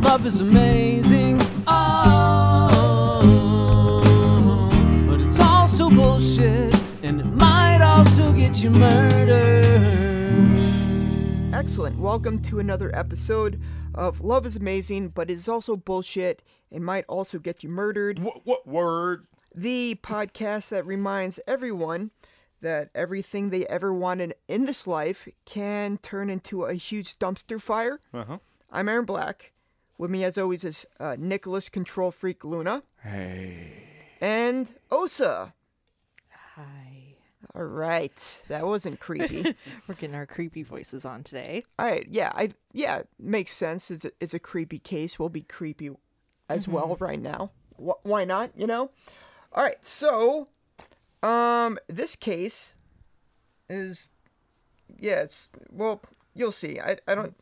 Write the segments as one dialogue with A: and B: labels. A: love is amazing. Oh, but it's also bullshit, and it might also get you murdered.
B: Excellent. Welcome to another episode of Love is Amazing, but it is also bullshit and might also get you murdered.
C: What, what word?
B: The podcast that reminds everyone that everything they ever wanted in this life can turn into a huge dumpster fire.
C: Uh-huh.
B: I'm Aaron Black. With me, as always, is uh, Nicholas Control Freak Luna
C: Hey.
B: and Osa.
D: Hi.
B: All right. That wasn't creepy.
D: We're getting our creepy voices on today.
B: All right. Yeah. I yeah makes sense. It's a, it's a creepy case. We'll be creepy as well right now. Wh- why not? You know. All right. So, um, this case is yeah. It's well. You'll see. I I don't.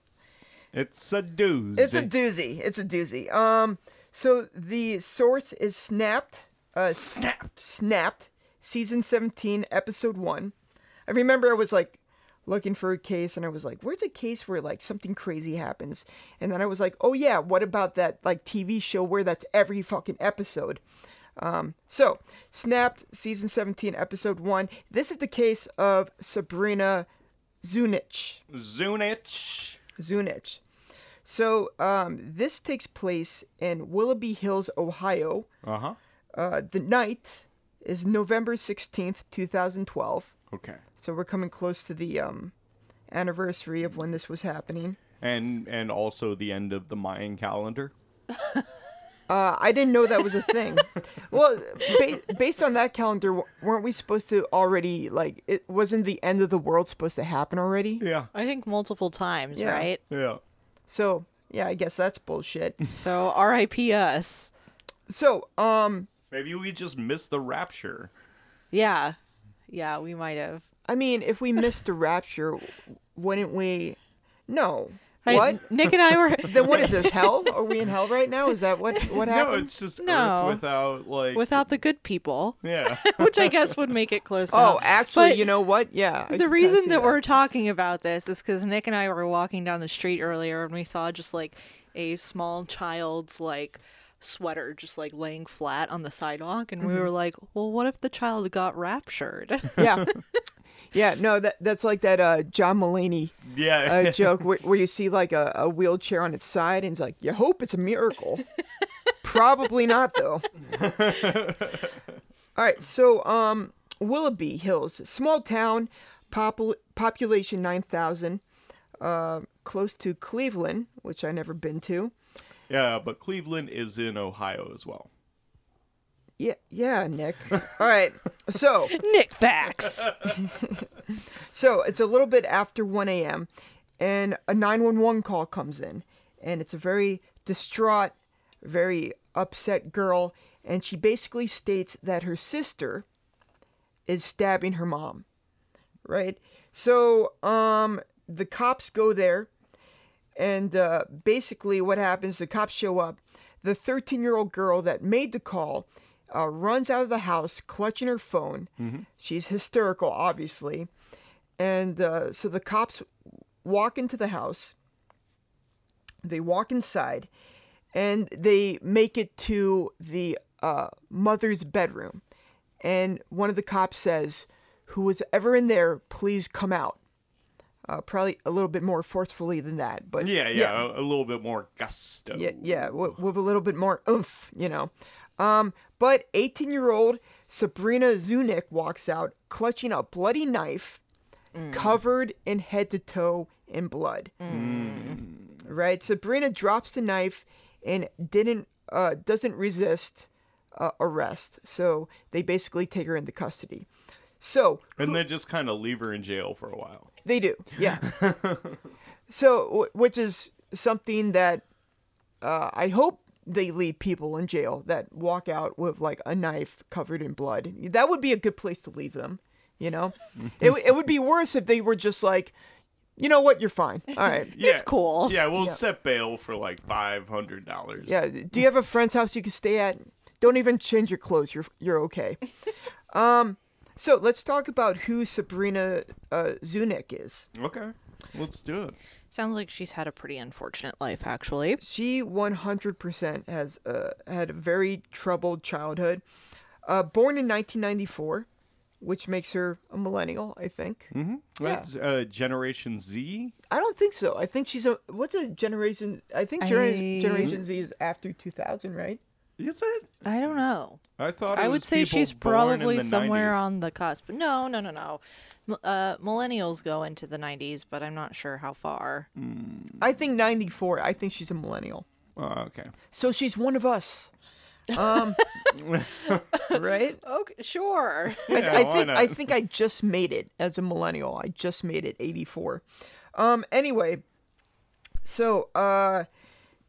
C: It's a doozy.
B: It's a doozy. It's a doozy. Um. So the source is snapped. Uh,
C: snapped.
B: Snapped, season 17, episode 1. I remember I was like looking for a case and I was like, where's a case where like something crazy happens? And then I was like, oh yeah, what about that like TV show where that's every fucking episode? Um, so, Snapped, season 17, episode 1. This is the case of Sabrina Zunich.
C: Zunich.
B: Zunich. So, um, this takes place in Willoughby Hills, Ohio.
C: Uh-huh.
B: Uh, the night is November 16th, 2012.
C: Okay.
B: So we're coming close to the um, anniversary of when this was happening.
C: And and also the end of the Mayan calendar.
B: Uh, I didn't know that was a thing. well, ba- based on that calendar, w- weren't we supposed to already, like, it wasn't the end of the world supposed to happen already?
C: Yeah.
D: I think multiple times,
B: Yeah.
D: right?
C: Yeah.
B: So, yeah, I guess that's bullshit.
D: So RIP us.
B: so, um,
C: Maybe we just missed the rapture.
D: Yeah. Yeah, we might have.
B: I mean, if we missed the rapture, wouldn't we? No.
D: I-
B: What?
D: Nick and I were
B: Then what is this, hell? Are we in hell right now? Is that what, what happened?
C: No, it's just
D: No.
C: Earth without like
D: without the good people,
C: Yeah.
D: which I guess would make it close.
B: Oh,
D: enough.
B: actually,
D: But
B: you know what? Yeah. I
D: the
B: can kinda
D: reason
B: see
D: that we're talking about this is because Nick and I were walking down the street earlier and we saw just like a small child's like sweater just like laying flat on the sidewalk and we were like well what if the child got raptured
B: yeah, yeah. No, that that's like that uh, John Mulaney
C: yeah.
B: uh, joke where, where you see like a, a wheelchair on its side and it's like, you hope it's a miracle. Probably not though. All right, so um, Willoughby Hills, small town, popul- population nine thousand, uh, close to Cleveland, which I never been to.
C: yeah, but Cleveland is in Ohio as well.
B: Yeah, yeah, Nick. All right, so.
D: nick facts
B: So it's a little bit after 1 a.m., and a 911 call comes in. And it's a very distraught, very upset girl. And she basically states that her sister is stabbing her mom. Right? So um, the cops go there. And uh, basically, what happens the cops show up. The 13 year old girl that made the call uh, runs out of the house clutching her phone. She's hysterical, obviously. And uh, so the cops walk into the house. They walk inside and they make it to the uh, mother's bedroom. And one of the cops says, Who was ever in there, please come out. Uh, probably a little bit more forcefully than that, but
C: Yeah, yeah, A, a little bit more gusto.
B: yeah, yeah, w- with a little bit more oomph, you know. Um, but 18 year old Sabrina Zunick walks out clutching a bloody knife, covered in head to toe in blood. Right? Sabrina drops the knife and didn't uh, doesn't resist uh, arrest, so they basically take her into custody. So
C: And then just kind of leave her in jail for a while.
B: they do, yeah. so, w- which is something that uh, I hope they leave people in jail that walk out with like a knife covered in blood. That would be a good place to leave them, you know. it w- it would be worse if they were just like, you know what, you're fine. All right.
C: Yeah.
D: It's cool.
C: Yeah, we'll set bail for like five hundred dollars.
B: Yeah. Do you have a friend's house you can stay at? Don't even change your clothes. You're you're okay. um. So let's talk about who Sabrina uh, Zunick is.
C: Okay. Let's do it.
D: Sounds like she's had a pretty unfortunate life, actually.
B: She 100% has uh, had a very troubled childhood. Uh, born in 1994, which makes her a millennial, I think.
C: That's uh, Generation Z.
B: I don't think so. I think she's a what's a generation? I think Gen-
D: I-
B: Generation Z is after 2000, right?
C: Is it?
D: I don't know.
C: I thought it
D: I would
C: was
D: say
C: people
D: she's
C: born in
D: probably
C: the
D: somewhere
C: 90s.
D: on the cusp. No, no, no, no. M- Uh, millennials go into the 90s, but I'm not sure how far.
B: Mm. I think 94. I think she's a millennial.
C: Oh, okay.
B: So she's one of us. Um, right?
D: Okay, sure.
B: I,
C: Yeah,
B: I
C: why
B: think I
C: not?
B: think I just made it as a millennial. I just made it 84. Um anyway, so uh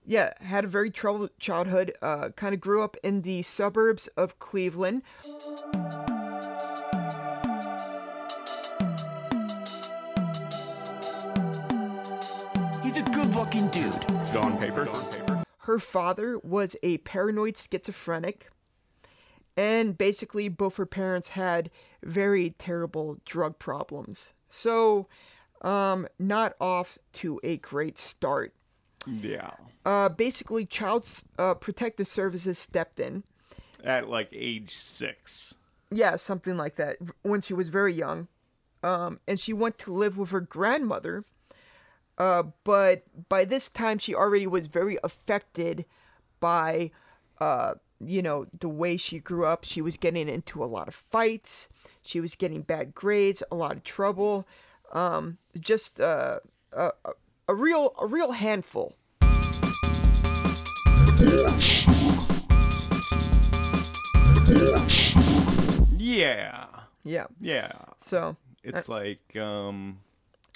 B: yeah, had a very troubled childhood. Uh kind of grew up in the suburbs of Cleveland.
E: He's a good looking dude.
C: Gone paper. Gone paper.
B: Her father was a paranoid schizophrenic and basically both her parents had very terrible drug problems. So um not off to a great start.
C: Yeah.
B: uh, basically child S- uh, protective services stepped in
C: At like age six.
B: yeah something like that v- when she was very young um, and she went to live with her grandmother uh, but by this time she already was very affected by uh, you know the way she grew up she was getting into a lot of fights she was getting bad grades a lot of trouble um, just uh, a, a- a real a real handful
C: Yeah.
B: yeah
C: Yeah.
B: so
D: Uh,
C: It's like um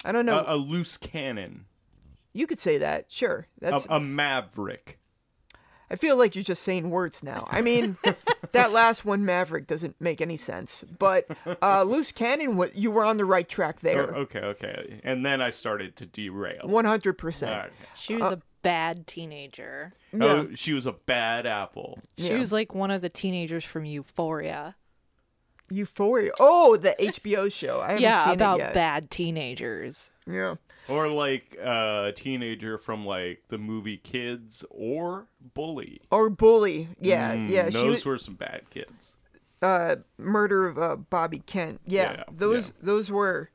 B: i don't know
C: a, a loose cannon,
B: You could say that, sure.
C: a,
B: That's.
C: a maverick.
B: I feel like you're just saying words now. I mean, that last one, Maverick, doesn't make any sense. But uh, loose cannon, what you were on the right track
C: Oh,
B: there,
C: okay, okay. And then I started to derail.
B: one hundred
C: All
B: percent.
C: right.
D: She was a bad teenager.
C: Oh, she was a bad apple.
D: She
B: Yeah.
D: was like one of the teenagers from Euphoria.
B: Euphoria. Oh, the HBO show. I haven't
D: Yeah,
B: seen
D: about
B: it yet.
D: bad teenagers.
B: Yeah.
C: Or like a teenager from like the movie Kids or Bully.
B: Or bully. Yeah,
C: Mm,
B: yeah. She
C: Those
B: was
C: were some bad kids.
B: uh, murder of uh, Bobby Kent. Yeah,
C: Yeah,
B: those
C: yeah.
B: those were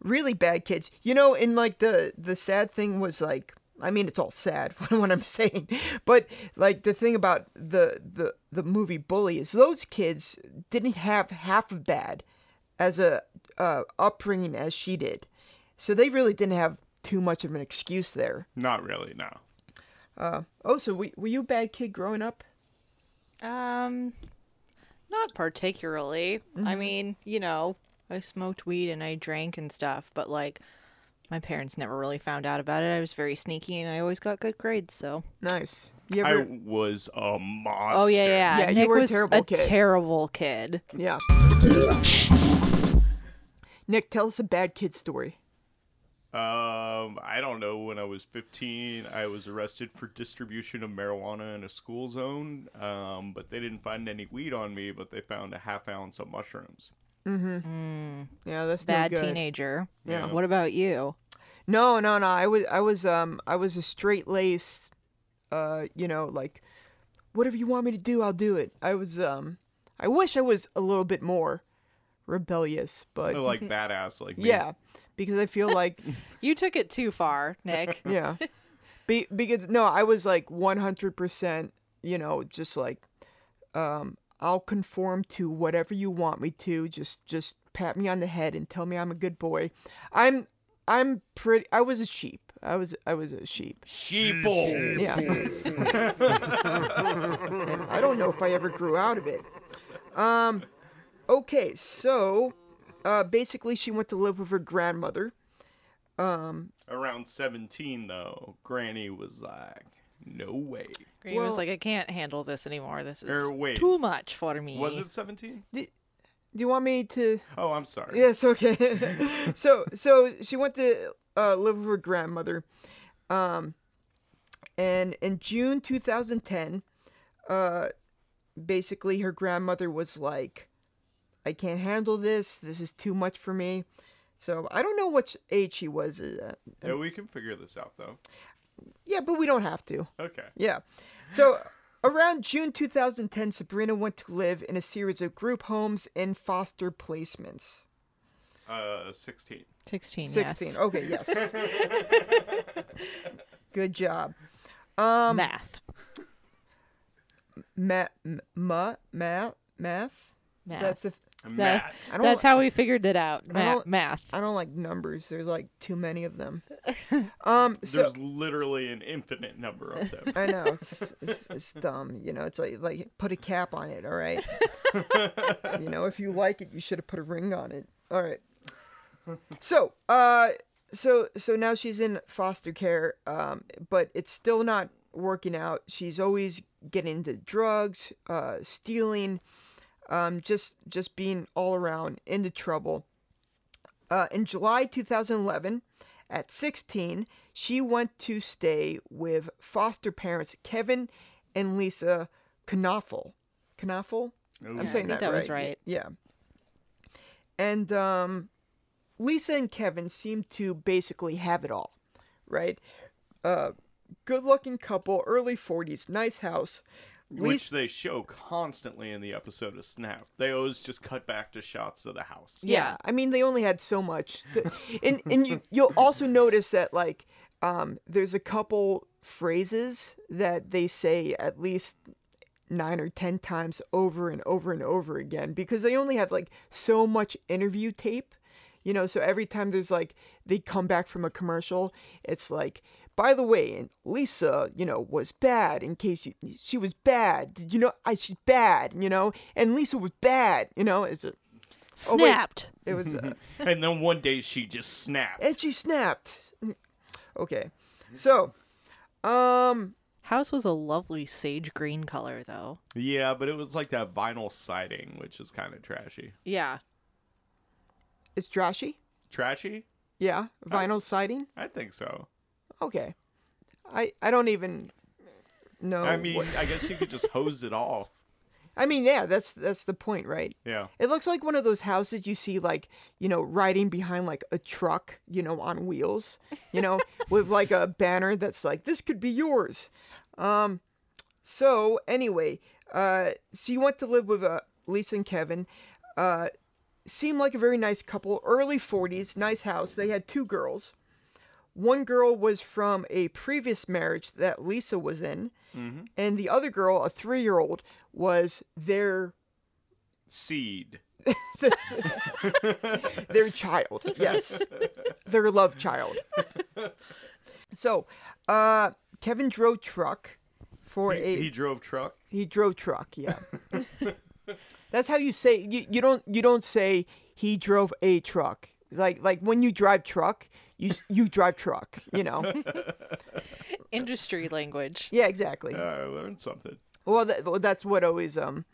B: really bad kids. You know, and like the the sad thing was like. I mean, it's all sad what I'm saying, but like the thing about the, the the movie Bully is those kids didn't have half of bad as a uh, upbringing as she did, so they really didn't have too much of an excuse there.
C: Not really, no.
B: Oh, so we, were you a bad kid growing up?
D: Um, not particularly. I
B: Mm-hmm.
D: mean, you know, I smoked weed and I drank and stuff, but like, my parents never really found out about it. I was very sneaky and I always got good grades. So,
B: Nice. You
C: I
B: ever?
C: was a monster.
D: oh yeah, yeah.
B: Yeah, you
D: Nick
B: were a
D: was
B: terrible
D: a
B: kid.
D: terrible kid.
B: Yeah. Nick, tell us a bad kid story.
C: Um, I don't know. When I was 15, I was arrested for distribution of marijuana in a school zone. Um, but they didn't find any weed on me, but they found a half ounce of mushrooms.
B: Yeah, that's no
D: Bad
B: good.
D: teenager.
C: Yeah.
D: What about you?
B: No, no, no. I was, I was, um, I was a straight laced, uh, you know, like, whatever you want me to do, I'll do it. I was, um, I wish I was a little bit more rebellious, but
C: Like badass, like me.
B: yeah, because I feel like,
D: You took it too far, Nick.
B: yeah, Be- because no, I was like one hundred percent, you know, just like, um, I'll conform to whatever you want me to. Just, just pat me on the head and tell me I'm a good boy. I'm, I'm pretty. I was a sheep. I was, I was a sheep.
C: sheeple.
B: Yeah. and I don't know if I ever grew out of it. Um, okay, so uh, basically, she went to live with her grandmother.
C: Around 17, though, Granny was like, "No way."
D: Green
B: Well-
D: was like, I can't handle this anymore. This is
C: Er, wait.
D: too much for me.
C: Was it 17?
B: Do you want me to?
C: Oh, I'm sorry.
B: Yes, okay. so, so she went to uh, live with her grandmother. Um, and in June 2010, uh, basically her grandmother was like, I can't handle this. This is too much for me. So I don't know what age he was. Uh,
C: Yeah, we can figure this out though.
B: yeah, but we don't have to.
C: Okay.
B: Yeah. So around June 2010, Sabrina went to live in a series of group homes and foster placements.
C: Uh, 16.
D: 16,
B: 16.
D: yes.
B: Okay, yes. Good job. Um,
D: math.
B: Math, ma, math, math. Is that
D: Math.
B: the-
C: Matt.
B: I don't
F: That's
B: li-
F: how we figured it out. Math.
B: don't-
F: math.
B: I don't like numbers. There's like too many of them. Um, so
C: There's literally an infinite number of them.
B: I know it's, it's, it's dumb. You know, it's like like put a cap on it. All right. you know, if you like it, you should have put a ring on it. All right. So, uh, so so now she's in foster care, um, but it's still not working out. She's always getting into drugs, uh, stealing, um, just just being all around into trouble. Uh, in July 2011, at 16, she went to stay with foster parents Kevin and Lisa Knoffel. Knoffel? I'm
F: I
B: saying
C: Ooh.
F: think
B: that,
F: that
B: right.
F: was right.
B: Yeah. And um, Lisa and Kevin seem to basically have it all, right? Uh, good-looking couple, early 40s, nice house.
C: Which they show constantly in the episode of Snap. They always just cut back to shots of the house.
B: yeah i mean they only had so much to, and and you you'll also notice that like um there's a couple phrases that they say at least nine or ten times over and over and over again because they only have like so much interview tape you know so every time there's like they come back from a commercial it's like by the way and lisa you know was bad in case you she was bad did you know i she's bad you know and lisa was bad you know it's a, Oh, wait.
D: Snapped.
B: it was a,
C: And then one day she just snapped.
B: and she snapped. Okay, so, um,
D: House was a lovely sage green color, though.
C: Yeah, but it was like that vinyl siding, which is kind of trashy.
D: Yeah.
B: it's trashy.
C: Trashy?
B: Yeah, vinyl siding.
C: I think so.
B: Okay, I I don't even know.
C: I mean,
B: Oh, what-
C: I guess you could just hose it off.
B: I mean, yeah, that's that's the point, right?
C: Yeah.
B: It looks like one of those houses you see, like you know, riding behind like a truck, you know, on wheels, you know, with like a banner that's like, "This could be yours." Um, so anyway, uh, so you went to live with uh, Lisa and Kevin. Uh, seemed like a very nice couple, early forties, nice house. They had two girls. One girl was from a previous marriage that Lisa was in, and the other girl, a three-year-old, was their
C: Seed.
B: their child. Yes, their love child. So, uh, Kevin drove truck for
C: He,
B: a
C: he drove truck.
B: he drove truck. Yeah, that's how you say you, you don't you don't say he drove a truck. Like like when you drive truck, you s- you drive truck. You know.
D: Uh, Industry language.
B: Yeah, exactly.
C: Uh, I learned something.
B: Well, that, well, that's what always um,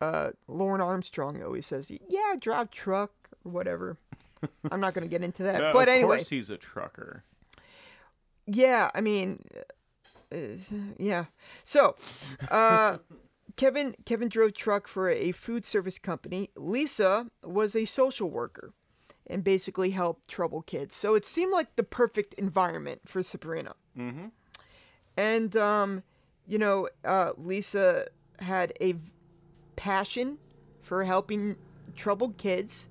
B: uh, Lauren Armstrong always says. Yeah, drive truck or whatever. I'm not going to get into that.
C: Uh,
B: but
C: of
B: anyway,
C: course he's a trucker.
B: yeah, I mean, uh, yeah. So, uh, Kevin Kevin drove truck for a food service company. Lisa was a social worker, and basically helped trouble kids. So it seemed like the perfect environment for Sabrina. Mm-hmm. And um, you know, uh, Lisa had a v- passion for helping troubled kids.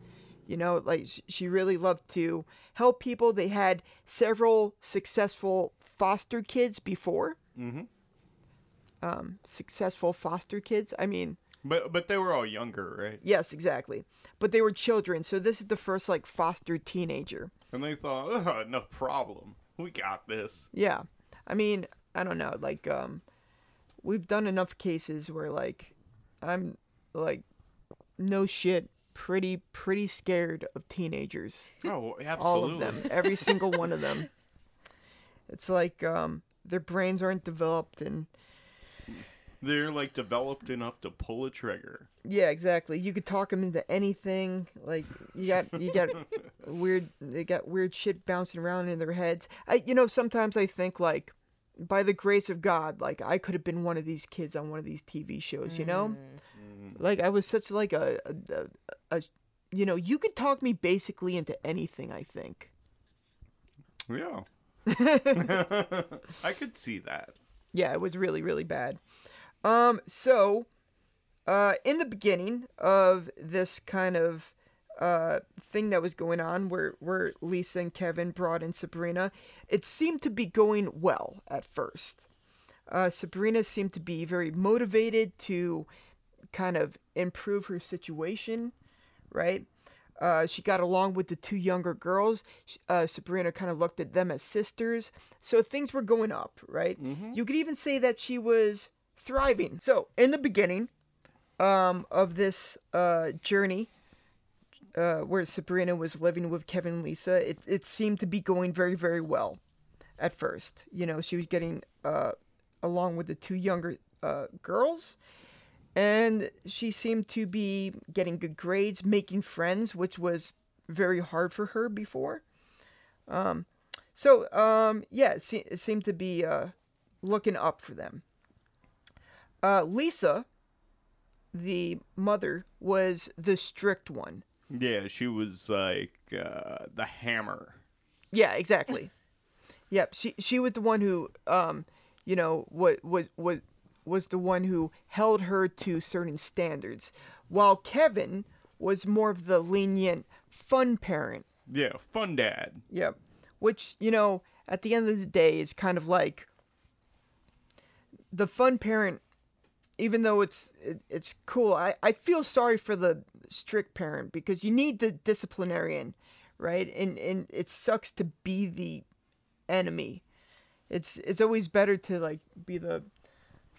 B: You know, like sh- she really loved to help people. They had several successful foster kids before. Mm-hmm. Um, successful foster kids. I mean,
C: But but they were all younger, right?
B: yes, exactly. But they were children, so this is the first like foster teenager.
C: And they thought, oh, no problem. We got this.
B: Yeah, I mean, I don't know. Like, um, we've done enough cases where like, I'm like, no shit, pretty pretty scared of teenagers.
C: Oh, absolutely.
B: all of them every single one of them it's like um their brains aren't developed and
C: They're like developed enough to pull a trigger.
B: yeah exactly you could talk them into anything like you got you got weird they got weird shit bouncing around in their heads i you know sometimes i think like by the grace of god like i could have been one of these kids on one of these tv shows you know like i was such like a a, a, a you know, you could talk me basically into anything, I think.
C: Yeah. I could see that.
B: Yeah, it was really, really bad. Um, so, uh, in the beginning of this kind of uh, thing that was going on, where where Lisa and Kevin brought in Sabrina, it seemed to be going well at first. Uh, Sabrina seemed to be very motivated to kind of improve her situation, right? Uh, she got along with the two younger girls. Sh- Uh, Sabrina kind of looked at them as sisters. So things were going up, right? You could even say that she was thriving. So, in the beginning um, of this uh, journey, uh, where Sabrina was living with Kevin and Lisa, it, it seemed to be going very, very well at first. You know, she was getting uh, along with the two younger uh, girls and she seemed to be getting good grades, making friends, which was very hard for her before. Um, so um, yeah, it, se- it seemed to be uh, looking up for them. Uh, Lisa, the mother, was the strict one.
C: Yeah, she was like uh, the hammer.
B: Yeah, exactly. yep, she she was the one who, um, you know, what was was was the one who held her to certain standards, while Kevin was more of the lenient, fun parent.
C: Yeah, fun dad.
B: Yep, which you know, at the end of the day, is kind of like the fun parent. Even though it's it, it's cool, I, I feel sorry for the strict parent because you need the disciplinarian, right? And and it sucks to be the enemy. It's it's always better to like be the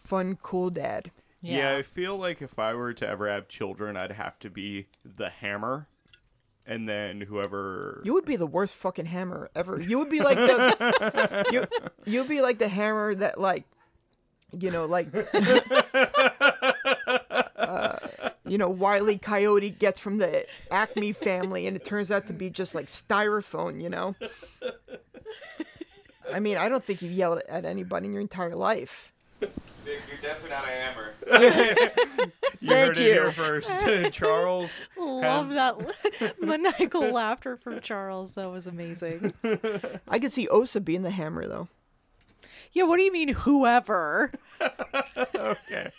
B: fun cool dad.
C: Yeah.
D: Yeah.
C: I feel like if I were to ever have children, I'd have to be the hammer, and then whoever.
B: You would be the worst fucking hammer ever. You would be like the you you'd be like the hammer that like you know like uh, you know Wiley Coyote gets from the Acme family and it turns out to be just like styrofoam, you know. I mean, I don't think you've yelled at anybody in your entire life.
F: Vic, you're definitely not a hammer.
C: You
B: Thank
C: heard it
B: you.
C: here first, Charles.
D: Love
C: Um,
D: that maniacal laughter from Charles. That was amazing.
B: I could see Osa being the hammer though.
D: Yeah, what do you mean, whoever?
C: Okay.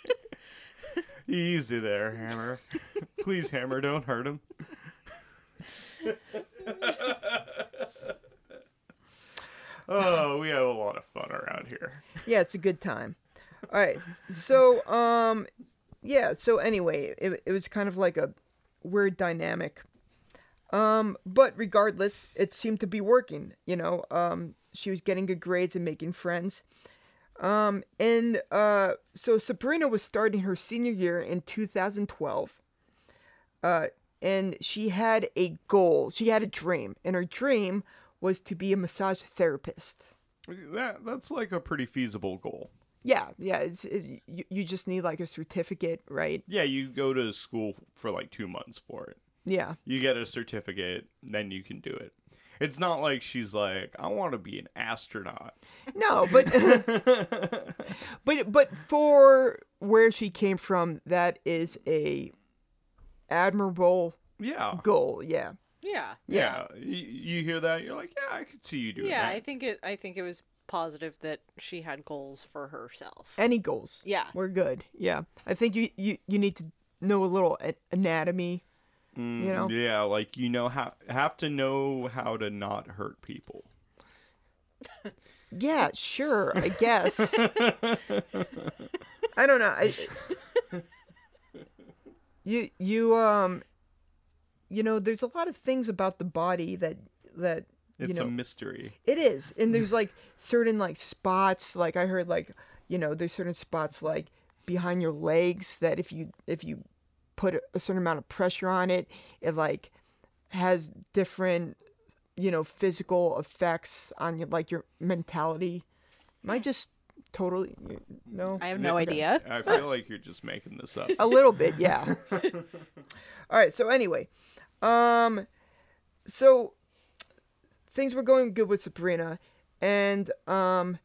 C: Easy there, hammer. Please, hammer, don't hurt him. oh, we have a lot of fun around here.
B: yeah, it's a good time. All right. So, um, yeah. So anyway, it, it was kind of like a weird dynamic. Um, but regardless, it seemed to be working. You know, um, she was getting good grades and making friends. Um, and uh, so Sabrina was starting her senior year in 2012. Uh, and she had a goal. She had a dream, and her dream was to be a massage therapist.
C: That that's like a pretty feasible goal.
B: Yeah, yeah. It's, it's you, you just need like a certificate, right?
C: Yeah, you go to school for like two months for it.
B: Yeah,
C: You get a certificate, then you can do it. It's not like she's like, I want to be an astronaut.
B: no, but but but for where she came from, that is a admirable
C: Yeah.
B: goal. Yeah,
D: Yeah.
C: Yeah. Y- You, hear that? You're like, yeah, I could see you doing
D: Yeah,
C: that.
D: I think it. I think it was positive that she had goals for herself.
B: any goals.
D: Yeah.
B: we're good. Yeah, I think you you you need to know a little a- anatomy. You know,
C: Yeah, like you know how have to know how to not hurt people.
B: yeah, sure, I guess. I don't know. I, you you um you know there's a lot of things about the body that that
C: It's
B: you know
C: a mystery.
B: it is and there's like certain like spots like I heard like you know there's certain spots like behind your legs that if you if you put a certain amount of pressure on it it like has different you know physical effects on your like your mentality am I just totally no
D: I have no idea.
C: I feel like you're just making this up.
B: a little bit, yeah. All right, so anyway, um so things were going good with Sabrina and um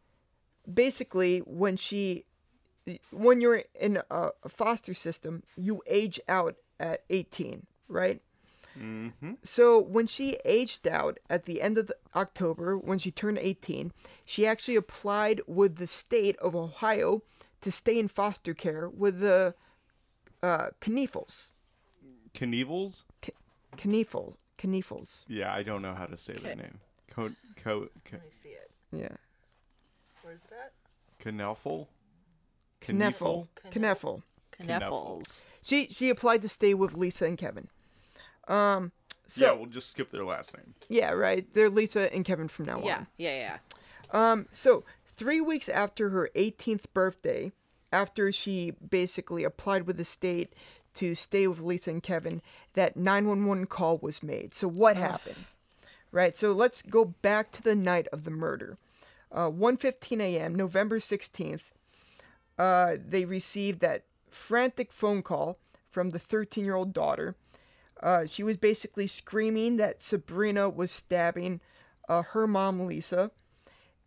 B: basically when she when you're in a, a foster system, you age out at 18, right? So when she aged out at the end of the- October, when she turned 18, she actually applied with the state of Ohio to stay in foster care with the uh, Kniefels.
C: Knievels?
B: K- Kniefel. Kniefels.
C: Yeah, I don't know how to say that name. Co- co- co-
D: Let me see it.
B: Yeah.
D: Where's that?
C: Kneffel?
B: Kneffel. Kneffel.
D: Kneffels.
B: She she applied to stay with Lisa and Kevin. Um. So
C: yeah, we'll just skip their last name.
B: Yeah, right. They're Lisa and Kevin from now
D: Yeah,
B: on.
D: yeah, yeah.
B: So, three weeks after her 18th birthday, after she basically applied with the state to stay with Lisa and Kevin, that 911 call was made. So, what happened? Right. So, let's go back to the night of the murder. Uh, 1:15 a.m., November 16th. Uh, they received that frantic phone call from the 13-year-old daughter. Uh, she was basically screaming that Sabrina was stabbing uh, her mom, Lisa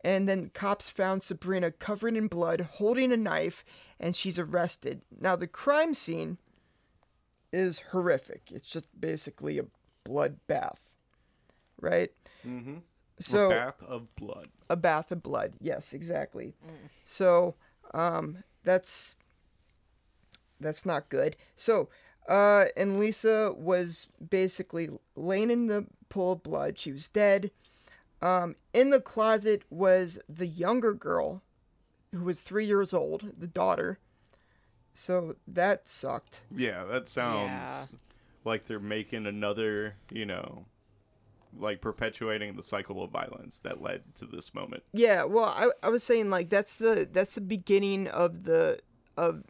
B: and then cops found Sabrina covered in blood, holding a knife, and she's arrested. Now the crime scene is horrific. It's just basically a blood bath, right? Mm-hmm. So
C: A bath of blood.
B: a bath of blood. Yes, exactly. So um, that's that's not good. So uh, and Lisa was basically laying in the pool of blood. She was dead. Um, in the closet was the younger girl, who was three years old, the daughter. So that sucked.
C: Yeah, that sounds
D: Yeah.
C: like they're making another, you know, like perpetuating the cycle of violence that led to this moment.
B: Yeah, well, I, I was saying like that's the that's the beginning of the of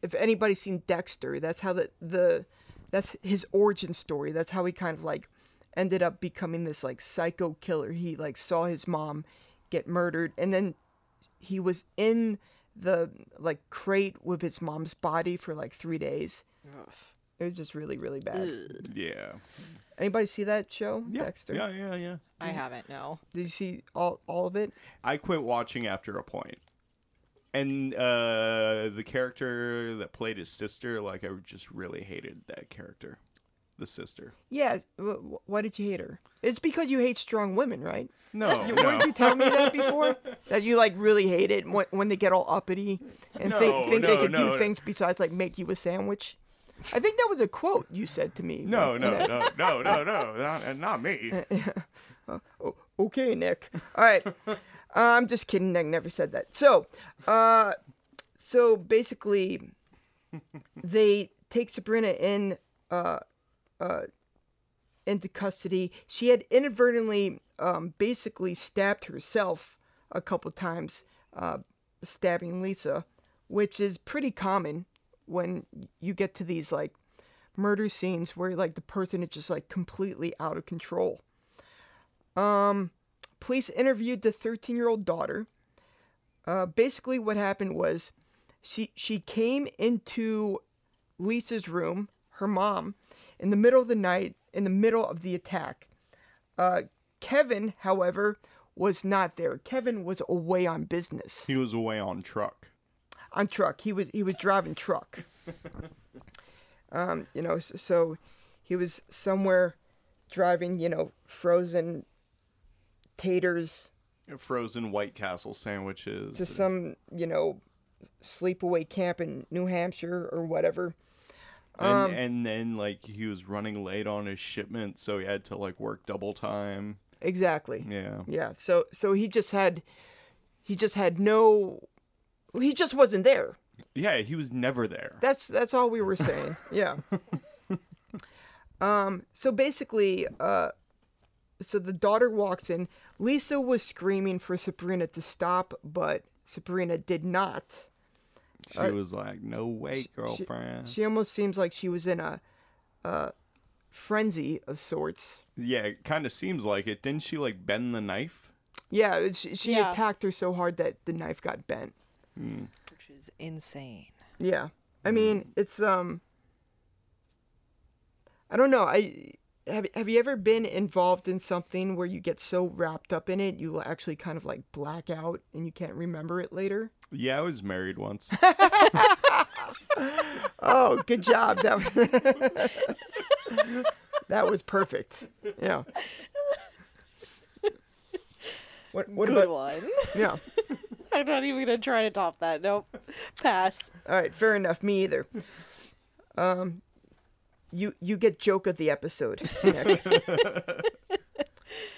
B: if anybody's seen Dexter, that's how the the that's his origin story. That's how he kind of like ended up becoming this like psycho killer. He like saw his mom get murdered and then he was in the like crate with his mom's body for like 3 days. It was just really really bad.
C: Yeah.
B: Anybody see that show,
C: Yeah.
B: Dexter?
C: Yeah, yeah, yeah.
D: I haven't, no.
B: Did you see all all of it?
C: I quit watching after a point. And uh, the character that played his sister, like I just really hated that character, the sister.
B: Yeah, wh- wh- why did you hate her? It's because you hate strong women, right?
C: No,
B: You,
C: no,
B: Weren't you telling me that before? that you like really hate it when, when they get all uppity and thi-
C: No,
B: think they
C: no,
B: could do
C: no.
B: things besides like make you a sandwich. I think that was a quote you said to me.
C: no, no, no, no, no, no, not, not me.
B: Uh, O- okay, Nick. All right. Uh, I'm just kidding. Nick never said that. So, uh, so basically, they take Sabrina in, uh, uh, into custody. She had inadvertently, um, basically stabbed herself a couple times, uh, stabbing Lisa, which is pretty common when you get to these like murder scenes where like the person is just like completely out of control. Um, Police interviewed the 13 year old daughter. Uh, basically, what happened was she, she came into Lisa's room, her mom, in the middle of the night, in the middle of the attack. Uh, Kevin, however, was not there. Kevin was away on business,
C: He was away on truck.
B: on truck. He was he was driving truck. um, you know, so, so he was somewhere driving, you know, frozen taters
C: Frozen White Castle sandwiches.
B: to some, you know, sleepaway camp in New Hampshire or whatever.
C: and,
B: um,
C: and then like he was running late on his shipment, so he had to like work double time.
B: Exactly.
C: Yeah.
B: Yeah. So so he just had he just had no he just wasn't there.
C: Yeah, he was never there.
B: That's that's all we were saying. yeah. um so basically uh so the daughter walks in. Lisa was screaming for Sabrina to stop, but Sabrina did not.
C: She
B: uh,
C: was like, "No way, girlfriend."
B: She almost seems like she was in a uh frenzy of sorts.
C: yeah, it kind of seems like it. Didn't she like bend the knife?
B: Yeah, it- she, she
D: Yeah.
B: attacked her so hard that the knife got bent.
D: Which is insane.
B: Yeah. I mean, it's um I don't know. I have have you ever been involved in something where you get so wrapped up in it you actually kind of like black out and you can't remember it later?
C: Yeah, I was married once.
B: Oh, good job. That That was perfect. Yeah. What, what
D: Good
B: about
D: one.
B: yeah?
D: I'm not even gonna try to top that. Nope. Pass.
B: All right, fair enough. Me either. Um, you you get joke of the episode. Nick.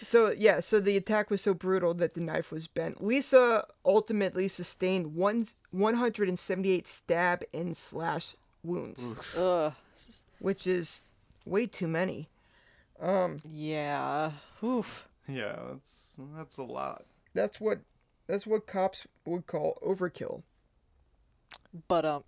B: so yeah, so the attack was so brutal that the knife was bent. Lisa ultimately sustained one one hundred and seventy eight stab and slash wounds,
D: Ugh.
B: which is way too many.
D: Yeah. Oof.
C: Yeah, that's that's a lot.
B: That's what that's what cops would call overkill.
D: But um.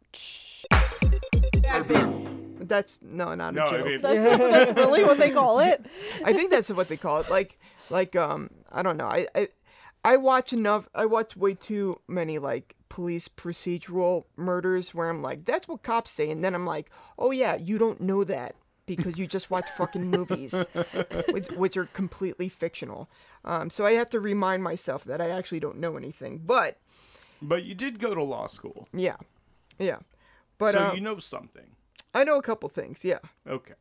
B: That's no, not
C: No,
B: a joke.
C: I mean,
D: That's that's really what they call it.
B: I think that's what they call it. Like, like, um, I don't know. I, I, I watch enough. I watch way too many like police procedural murders where I'm like, that's what cops say, and then I'm like, oh yeah, you don't know that because you just watch fucking movies, which, which are completely fictional. Um, so I have to remind myself that I actually don't know anything. But
C: but you did go to law school,
B: yeah, yeah. But
C: so
B: um,
C: you know something.
B: I know a couple things. Yeah.
C: Okay.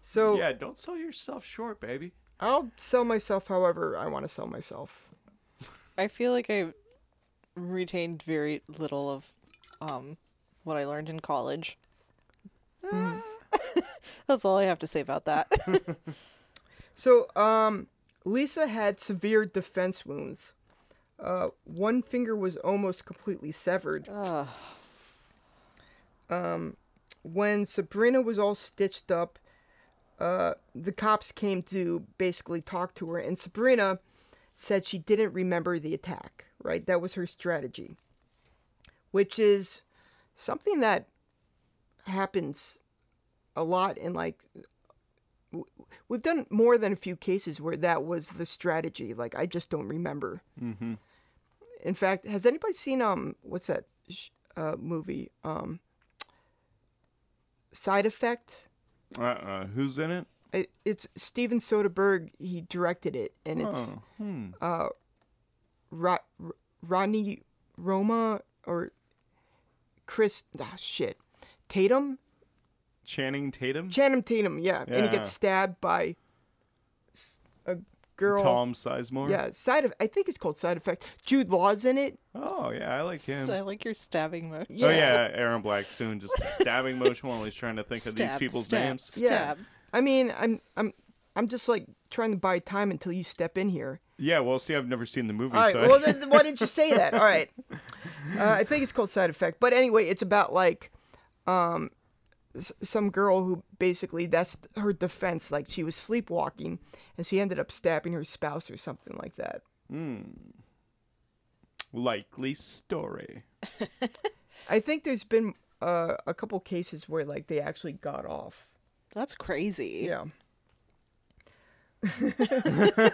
B: So
C: Yeah, don't sell yourself short, baby.
B: I'll sell myself however I want to sell myself.
D: I feel like I retained very little of um what I learned in college. Mm. That's all I have to say about that.
B: So, um, Lisa had severe defense wounds. Uh, one finger was almost completely severed. Um,
D: Ugh.
B: When Sabrina was all stitched up, uh, the cops came to basically talk to her, and Sabrina said she didn't remember the attack, right? That was her strategy, which is something that happens a lot in like we've done more than a few cases where that was the strategy. Like I just don't remember. Mm-hmm. In fact, has anybody seen um what's that sh- uh, movie um Side Effect?
C: Uh, uh who's in it?
B: I- It's Steven Soderbergh. He directed it, and it's
C: Oh, hmm.
B: Ro- R- Rodney Roma or Chris. Ah, shit, Tatum,
C: Channing Tatum,
B: Channing Tatum. Yeah. and he
C: Yeah.
B: gets stabbed by s- a girl.
C: Tom Sizemore.
B: Yeah, side of I think it's called side effect. Jude Law's in it.
C: Oh yeah, I like him.
D: So I like your stabbing mode.
B: Yeah.
C: Oh yeah, Aaron Black's doing just a stabbing motion while he's trying to think of these
D: Stab,
C: people's
D: stab,
C: names.
B: Yeah.
D: Stab.
B: I mean, I'm I'm I'm just like trying to buy time until you step in here.
C: Yeah, well, see, I've never seen the movie,
B: All right.
C: so I-
B: Well, then why didn't you say that? All right. Uh, I think it's called side effect. But anyway, it's about like um s- some girl who basically that's her defense like she was sleepwalking and she ended up stabbing her spouse or something like that.
C: likely story.
B: I think there's been uh, a couple cases where like they actually got off.
D: That's crazy.
B: Yeah.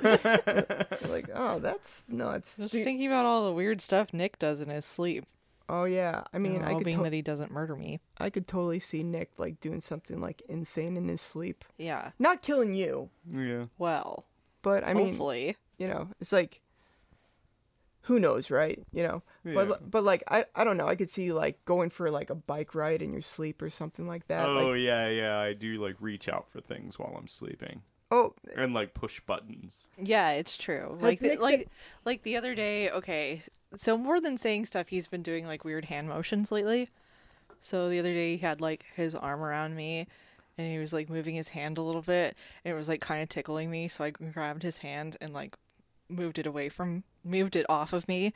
B: like, oh, that's nuts.
D: Just
B: Dude-
D: thinking about all the weird stuff Nick does in his sleep.
B: oh yeah, I mean, I could
D: hoping
B: to-
D: that he doesn't murder me.
B: I could totally see Nick like doing something like insane in his sleep,
D: Yeah.
B: not killing you,
C: Yeah.
D: Well,
B: but I mean,
D: hopefully.
B: you know, it's like, who knows, right? You know, but
C: Yeah.
B: li- but like, I I don't know. I could see you like going for like a bike ride in your sleep or something like that.
C: Oh
B: like,
C: yeah, yeah. I do like reach out for things while I'm sleeping
B: oh,
C: and like push buttons.
D: Yeah, it's true. Like the,
B: Nick said-
D: like like the other day, okay. So more than saying stuff, he's been doing like weird hand motions lately. So the other day he had like his arm around me and he was like moving his hand a little bit and it was like kind of tickling me, so I grabbed his hand and like moved it away from moved it off of me.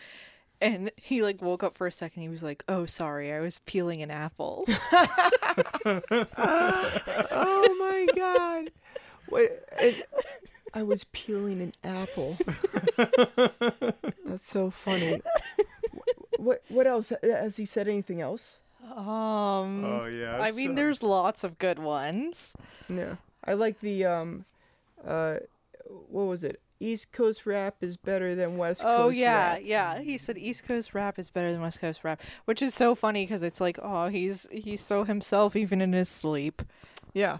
D: And he like woke up for a second. He was like, "Oh, sorry, I was peeling an apple."
B: oh my god, Wait, it- I was peeling an apple.
C: Mm-hmm.
B: That's so funny. What what else has he said? Anything else?
D: Um,
C: Oh yeah.
D: I mean, there's lots of good ones.
B: No. I like the um, uh, what was it? East Coast rap is better than West Coast.
D: Oh yeah,
B: rap.
D: yeah. He said East Coast rap is better than West Coast rap, which is so funny because it's like, oh, he's he's so himself even in his sleep.
B: yeah,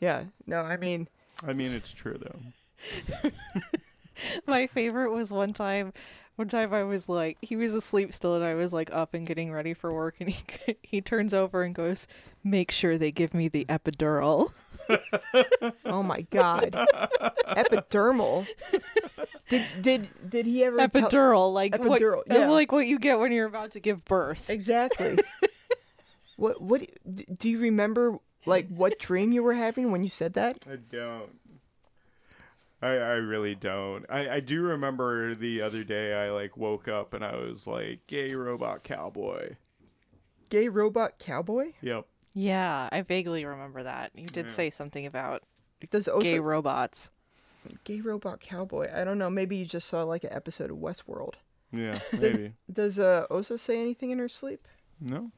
B: yeah. No, I mean,
C: I mean, it's true though.
D: My favorite was one time, one time I was like, he was asleep still, and I was like up and getting ready for work, and he he turns over and goes, "Make sure they give me the epidural."
B: Oh my god. Epidermal. Did did did he ever tell-
D: Epidural, like
B: Epidural,
D: what, uh,
B: yeah.
D: like what you get when you're about to give birth.
B: Exactly. what what d- do you remember like what dream you were having when you said that?
C: I don't. I I really don't. I I do remember the other day I like woke up and I was like gay robot cowboy.
B: Gay robot cowboy?
C: Yep.
D: Yeah, I vaguely remember that. You did say something about
B: Does also
D: gay
B: gay,
D: robots.
B: robot cowboy? I don't know. Maybe you just saw like an episode of Westworld.
C: Yeah, maybe.
B: Does uh, Osa say anything in her sleep?
C: no.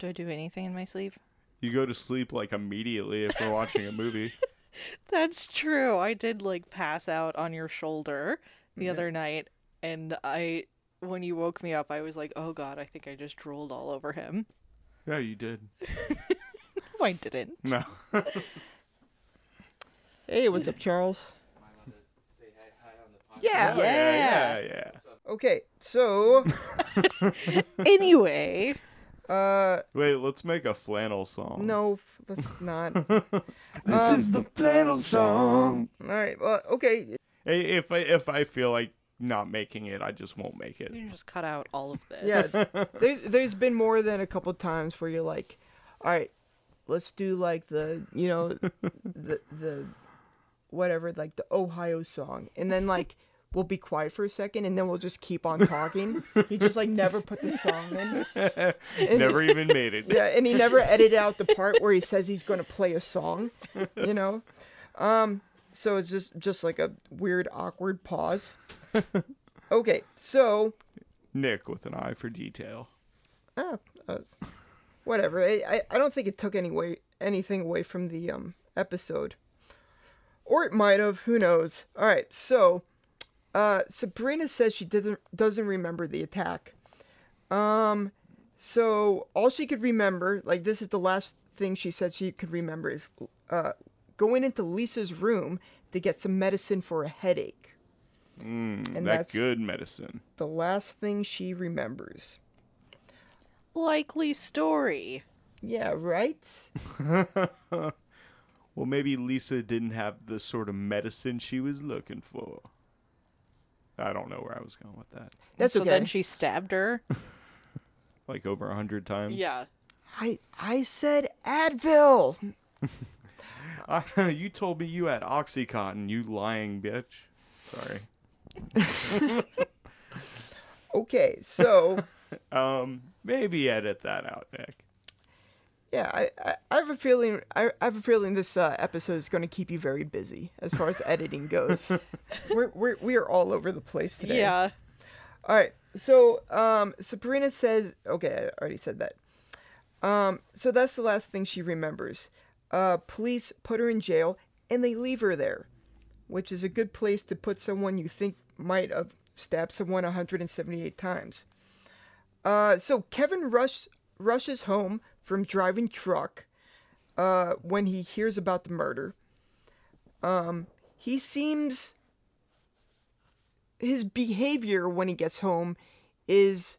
D: Do I do anything in my sleep?
C: You go to sleep like immediately if we're watching a movie.
D: That's true. I did like pass out on your shoulder the other night, and I when you woke me up, I was like, "Oh God, I think I just drooled all over him."
C: Yeah, you did.
D: No, I didn't.
C: No.
B: Hey, what's up, Charles?
D: Yeah.
C: Oh, yeah, yeah.
B: Okay, so
D: Anyway,
B: uh,
C: Wait, let's make a flannel song.
B: no, that's not. All
C: This
B: Um,
C: is the flannel song.
B: right, well, okay.
C: If I, if I feel like not making it, I just won't make it.
D: you can just cut out all of this.
B: Yeah, there, there's been more than a couple times where you're like, all right, let's do like the you know the the whatever like the Ohio song, and then like we'll be quiet for a second, and then we'll just keep on talking. He just like never put the song in. And-
C: Never even made it.
B: Yeah, and he never edited out the part where he says he's going to play a song, you know. Um, so it's just just like a weird awkward pause. Okay, so
C: Nick with an eye for detail.
B: Oh, uh, whatever. I, I, I don't think it took any way, anything away from the um episode. Or it might have, who knows. All right, so uh Sabrina says she doesn't doesn't remember the attack. Um so all she could remember, like this is the last thing she said she could remember is uh going into Lisa's room to get some medicine for a headache. and
C: Hmm, that
B: that's
C: good medicine.
B: the last thing she remembers.
D: Likely story.
B: Yeah, right?
C: Well, maybe Lisa didn't have the sort of medicine she was looking for. I don't know where I was going with that.
B: That's
D: so
B: okay.
D: then she stabbed her.
C: Like over a hundred times.
D: yeah.
B: I I said Advil.
C: I, you told me you had OxyContin. You lying bitch. Sorry.
B: Okay, so
C: Um, maybe edit that out, Nick.
B: yeah, I, I, I have a feeling I, I have a feeling this uh, episode is going to keep you very busy as far as editing goes. we're, we're we are all over the place today.
D: Yeah.
B: All right. So um, Sabrina says, okay, I already said that. Um, so that's the last thing she remembers. Uh, police put her in jail and they leave her there, which is a good place to put someone you think might have stabbed someone 178 times. Uh, so Kevin rush, rushes home from driving truck uh, when he hears about the murder. Um, he seems his behavior when he gets home is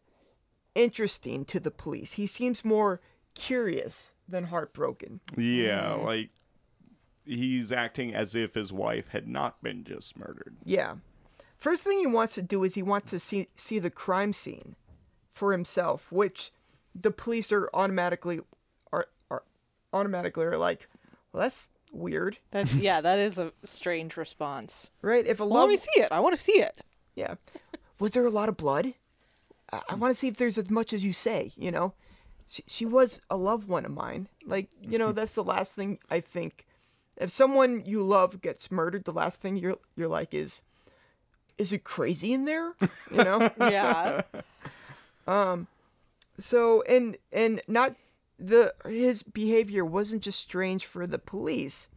B: interesting to the police. He seems more curious than heartbroken.
C: Yeah,
B: Mm.
C: like he's acting as if his wife had not been just murdered.
B: Yeah. First thing he wants to do is he wants to see see the crime scene for himself, which the police are automatically are, are automatically are like, well, that's weird,
D: That, yeah, that is a strange response.
B: right? If a
D: Well, let
B: loved
D: me see it. I want to see it.
B: Yeah. Was there a lot of blood? I, I want to see if there's as much as you say, you know? She, she was a loved one of mine. Like, you know, that's the last thing I think. If someone you love gets murdered, the last thing you're, you're like is, is it crazy in there? You know?
D: Yeah.
B: so and and not the his behavior wasn't just strange for the police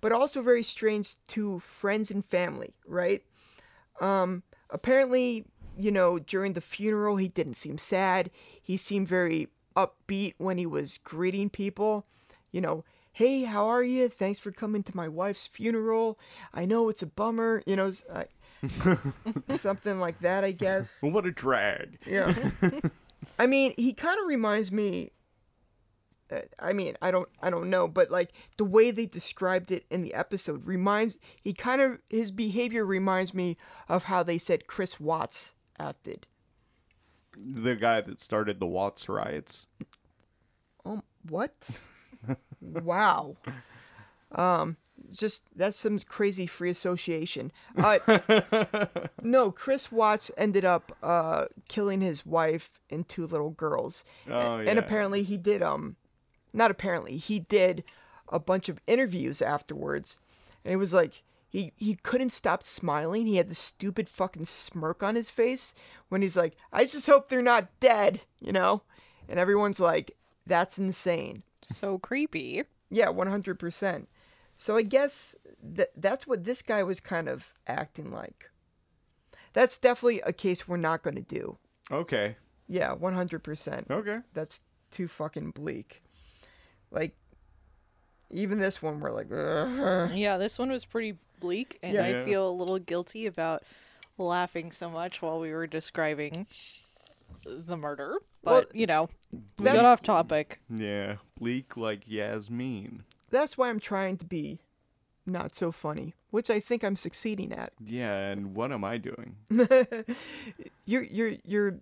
B: but also very strange to friends and family right um apparently you know during the funeral he didn't seem sad he seemed very upbeat when he was greeting people you know hey how are you thanks for coming to my wife's funeral i know it's a bummer you know s- I- something like that i guess
C: Well, What a drag.
B: yeah. I mean, he kind of reminds me uh, I mean, I don't, I don't know, but like the way they described it in the episode reminds he kind of his behavior reminds me of how they said Chris Watts acted.
C: The guy that started the Watts riots.
B: Um, what? wow. Um, just that's some crazy free association. Uh, no, Chris Watts ended up uh killing his wife and two little girls, A-
C: Oh,
B: and
C: yeah.
B: apparently he did um, not apparently he did a bunch of interviews afterwards, and it was like. He, he couldn't stop smiling. He had this stupid fucking smirk on his face when he's like, I just hope they're not dead, you know? And everyone's like, that's insane.
D: So creepy.
B: Yeah, 100%. So I guess that that's what this guy was kind of acting like. That's definitely a case we're not going to do.
C: Okay.
B: Yeah, 100%.
C: Okay.
B: That's too fucking bleak. Like even this one we're like "Ugh."
D: Yeah, this one was pretty bleak, and
B: Yeah.
D: I
C: Yeah.
D: feel a little guilty about laughing so much while we were describing the murder.
B: Well,
D: But you know, we
B: that-
D: got off topic.
C: Yeah. Bleak like Yasmin.
B: that's why I'm trying to be not so funny, which I think I'm succeeding at.
C: Yeah, and what am I doing?
B: You're you're you're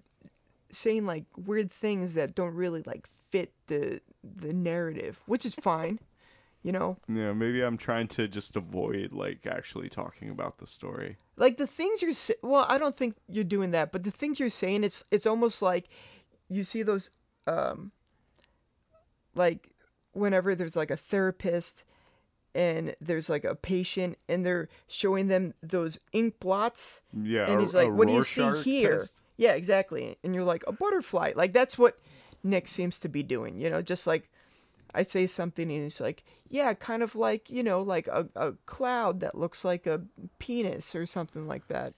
B: saying like weird things that don't really like fit the the narrative, which is fine. You know,
C: Yeah, maybe I'm trying to just avoid like actually talking about the story.
B: like the things you're sa- well i don't think you're doing that but the things you're saying it's it's almost like you see those um like whenever there's like a therapist and there's like a patient and they're showing them those ink blots
C: Yeah.
B: and
C: a-
B: he's like
C: a
B: what do you see
C: Rorschach
B: here
C: test?
B: yeah exactly and you're like a butterfly like that's what nick seems to be doing you know just like i say something and he's like yeah kind of like you know like a, a cloud that looks like a penis or something like that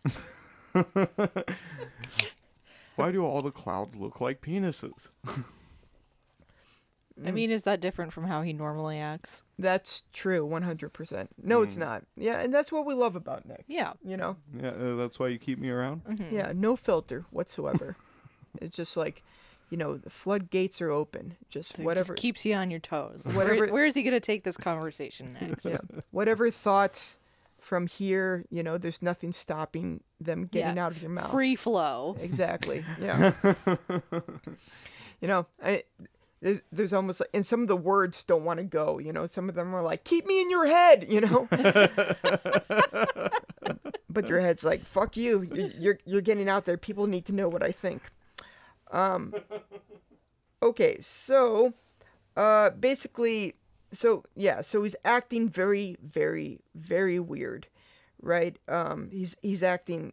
C: Why do all the clouds look like penises?
B: Mm.
D: I mean, is that different from how he normally acts?
B: that's true 100% no it's
C: Hmm.
B: not yeah and that's what we love about nick
D: Yeah.
B: you know
C: Yeah, uh, that's why you keep me around.
D: Mm-hmm.
B: yeah no filter whatsoever it's just like you know the floodgates are open just
D: It
B: whatever
D: just keeps you on your toes. Where-
B: Whatever-
D: where is he going to take this conversation next?
B: yeah. Whatever thoughts from here, you know, there's nothing stopping them getting
D: Yeah.
B: out of your mouth.
D: Free flow.
B: Exactly. Yeah. you know, I, there's, there's almost like, and some of the words don't want to go, you know, some of them are like, keep me in your head, you know? but your head's like, fuck you. You're, you're, you're getting out there. People need to know what I think. Um, okay. So, uh, basically, so yeah, so he's acting very, very, very weird, right? Um, he's, he's acting,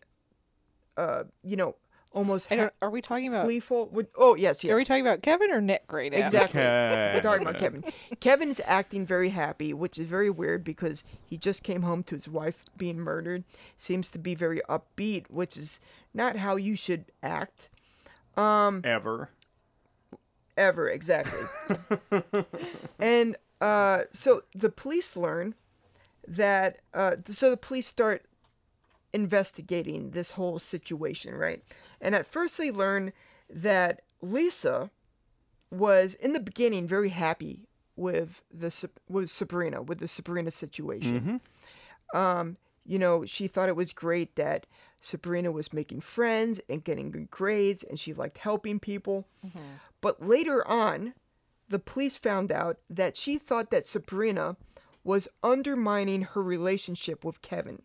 B: uh, you know, almost
D: I
B: ha-
D: don't, are we talking about?
B: gleeful. Would, oh yes, yes.
D: Are we talking about Kevin or Nick right now?
B: Exactly. We're talking about
C: Okay.
B: Kevin. Kevin's acting very happy, which is very weird because he just came home to his wife being murdered. Seems to be very upbeat, which is not how you should act
C: Ever.
B: ever exactly. and uh, so the police learn that uh, so the police start investigating this whole situation, right? And at first they learn that Lisa was in the beginning very happy with the Sab- with Sabrina with the Sabrina situation. Um, you know, she thought it was great that Sabrina was making friends and getting good grades, and she liked helping people. But later on, the police found out that she thought that Sabrina was undermining her relationship with Kevin.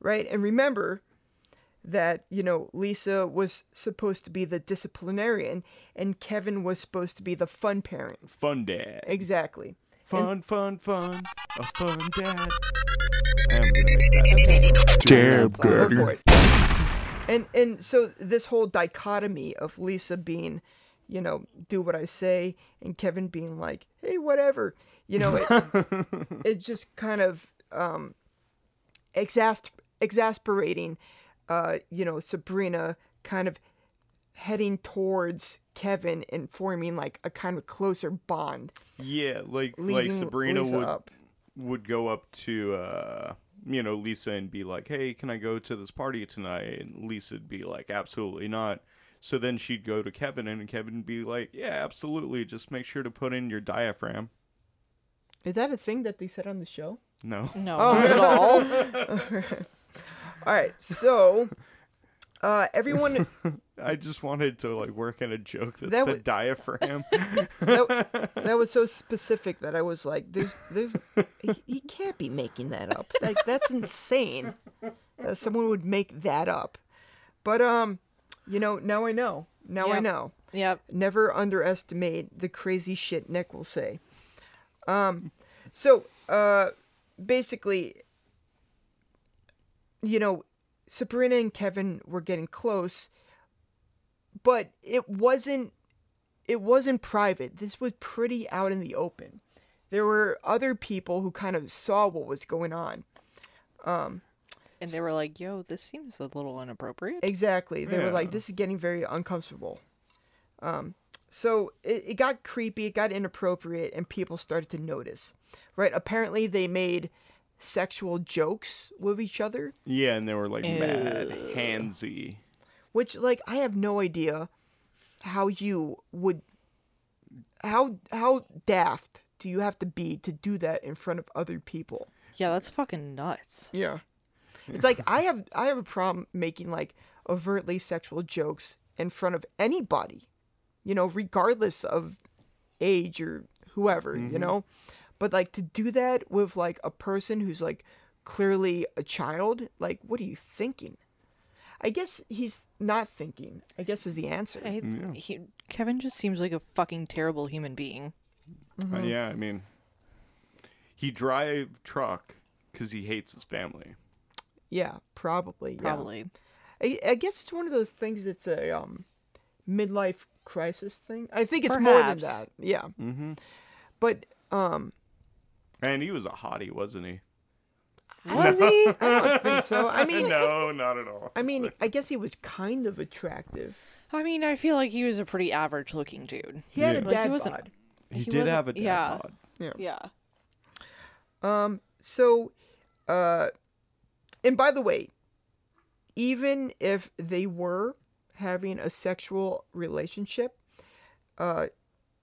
B: Right? And remember that, you know, Lisa was supposed to be the disciplinarian and Kevin was supposed to be the fun parent.
C: Fun dad.
B: Exactly.
C: Fun, fun, fun. A fun dad. I'm gonna make that.
E: Damn,
B: Go for it. And and so this whole dichotomy of Lisa being, you know, do what I say, and Kevin being like, hey, whatever, you know, it, it's just kind of um, exasper- exasperating, uh, you know, Sabrina kind of heading towards Kevin and forming like a kind of closer bond,
C: Yeah, like like
B: leading
C: Sabrina
B: Lisa
C: would
B: up.
C: would go up to uh you know Lisa and be like, "Hey, can I go to this party tonight?" And Lisa'd be like, "Absolutely not." So then she'd go to Kevin, and Kevin would be like, "Yeah, absolutely. Just make sure to put in your diaphragm."
B: Is that a thing that they said on the show?
C: No.
D: No,
B: Oh.
D: not at all.
B: All right, so uh, everyone
C: I just wanted to like work in a joke that,
B: That w-
C: said diaphragm.
B: that, that was so specific that I was like, "There's, there's, he, he can't be making that up. Like that's insane that someone would make that up." But um, you know, now I know. Now I
D: Yep.
B: know.
D: Yep.
B: Never underestimate the crazy shit Nick will say. Um, so uh, basically, you know, Sabrina and Kevin were getting close, but it wasn't it wasn't private. This was pretty out in the open. There were other people who kind of saw what was going on.
D: And they were like, "Yo, this seems a little inappropriate."
B: Exactly. They were
C: Yeah.
B: like, this is getting very uncomfortable. Um, so it, it got creepy, it got inappropriate, and people started to notice. Right? Apparently, they made sexual jokes with each other,
C: yeah, and they were like mad handsy.
B: which, like, I have no idea how you would. How how daft do you have to be to do that in front of other people?
D: Yeah, that's fucking nuts.
B: Yeah. It's like I have I have a problem making like overtly sexual jokes in front of anybody. You know, regardless of age or whoever, you know. But like to do that with like a person who's like clearly a child, like what are you thinking? I guess he's not thinking. I guess is the answer.
D: I, he, Kevin just seems like a fucking terrible human being.
C: Uh, yeah, I mean, he drive truck because he hates his family.
B: Yeah, probably. yeah.
D: Probably.
B: I, I guess it's one of those things that's a um, midlife crisis thing. I think it's more than
D: Perhaps.
B: that. Yeah. Mm-hmm. But um,
C: And he was a hottie, wasn't he?
B: was he? I don't think so. I mean,
C: No, not at all.
B: I mean, I guess he was kind of attractive.
D: I mean, I feel like he was a pretty average looking dude.
B: He had a
C: Yeah.
D: Like, he
B: dad
D: wasn't-
B: bod.
C: He,
D: he
C: did
D: wasn't-
C: have a dad
D: yeah.
C: bod.
D: Yeah.
B: So, uh, and by the way, even if they were having a sexual relationship, uh,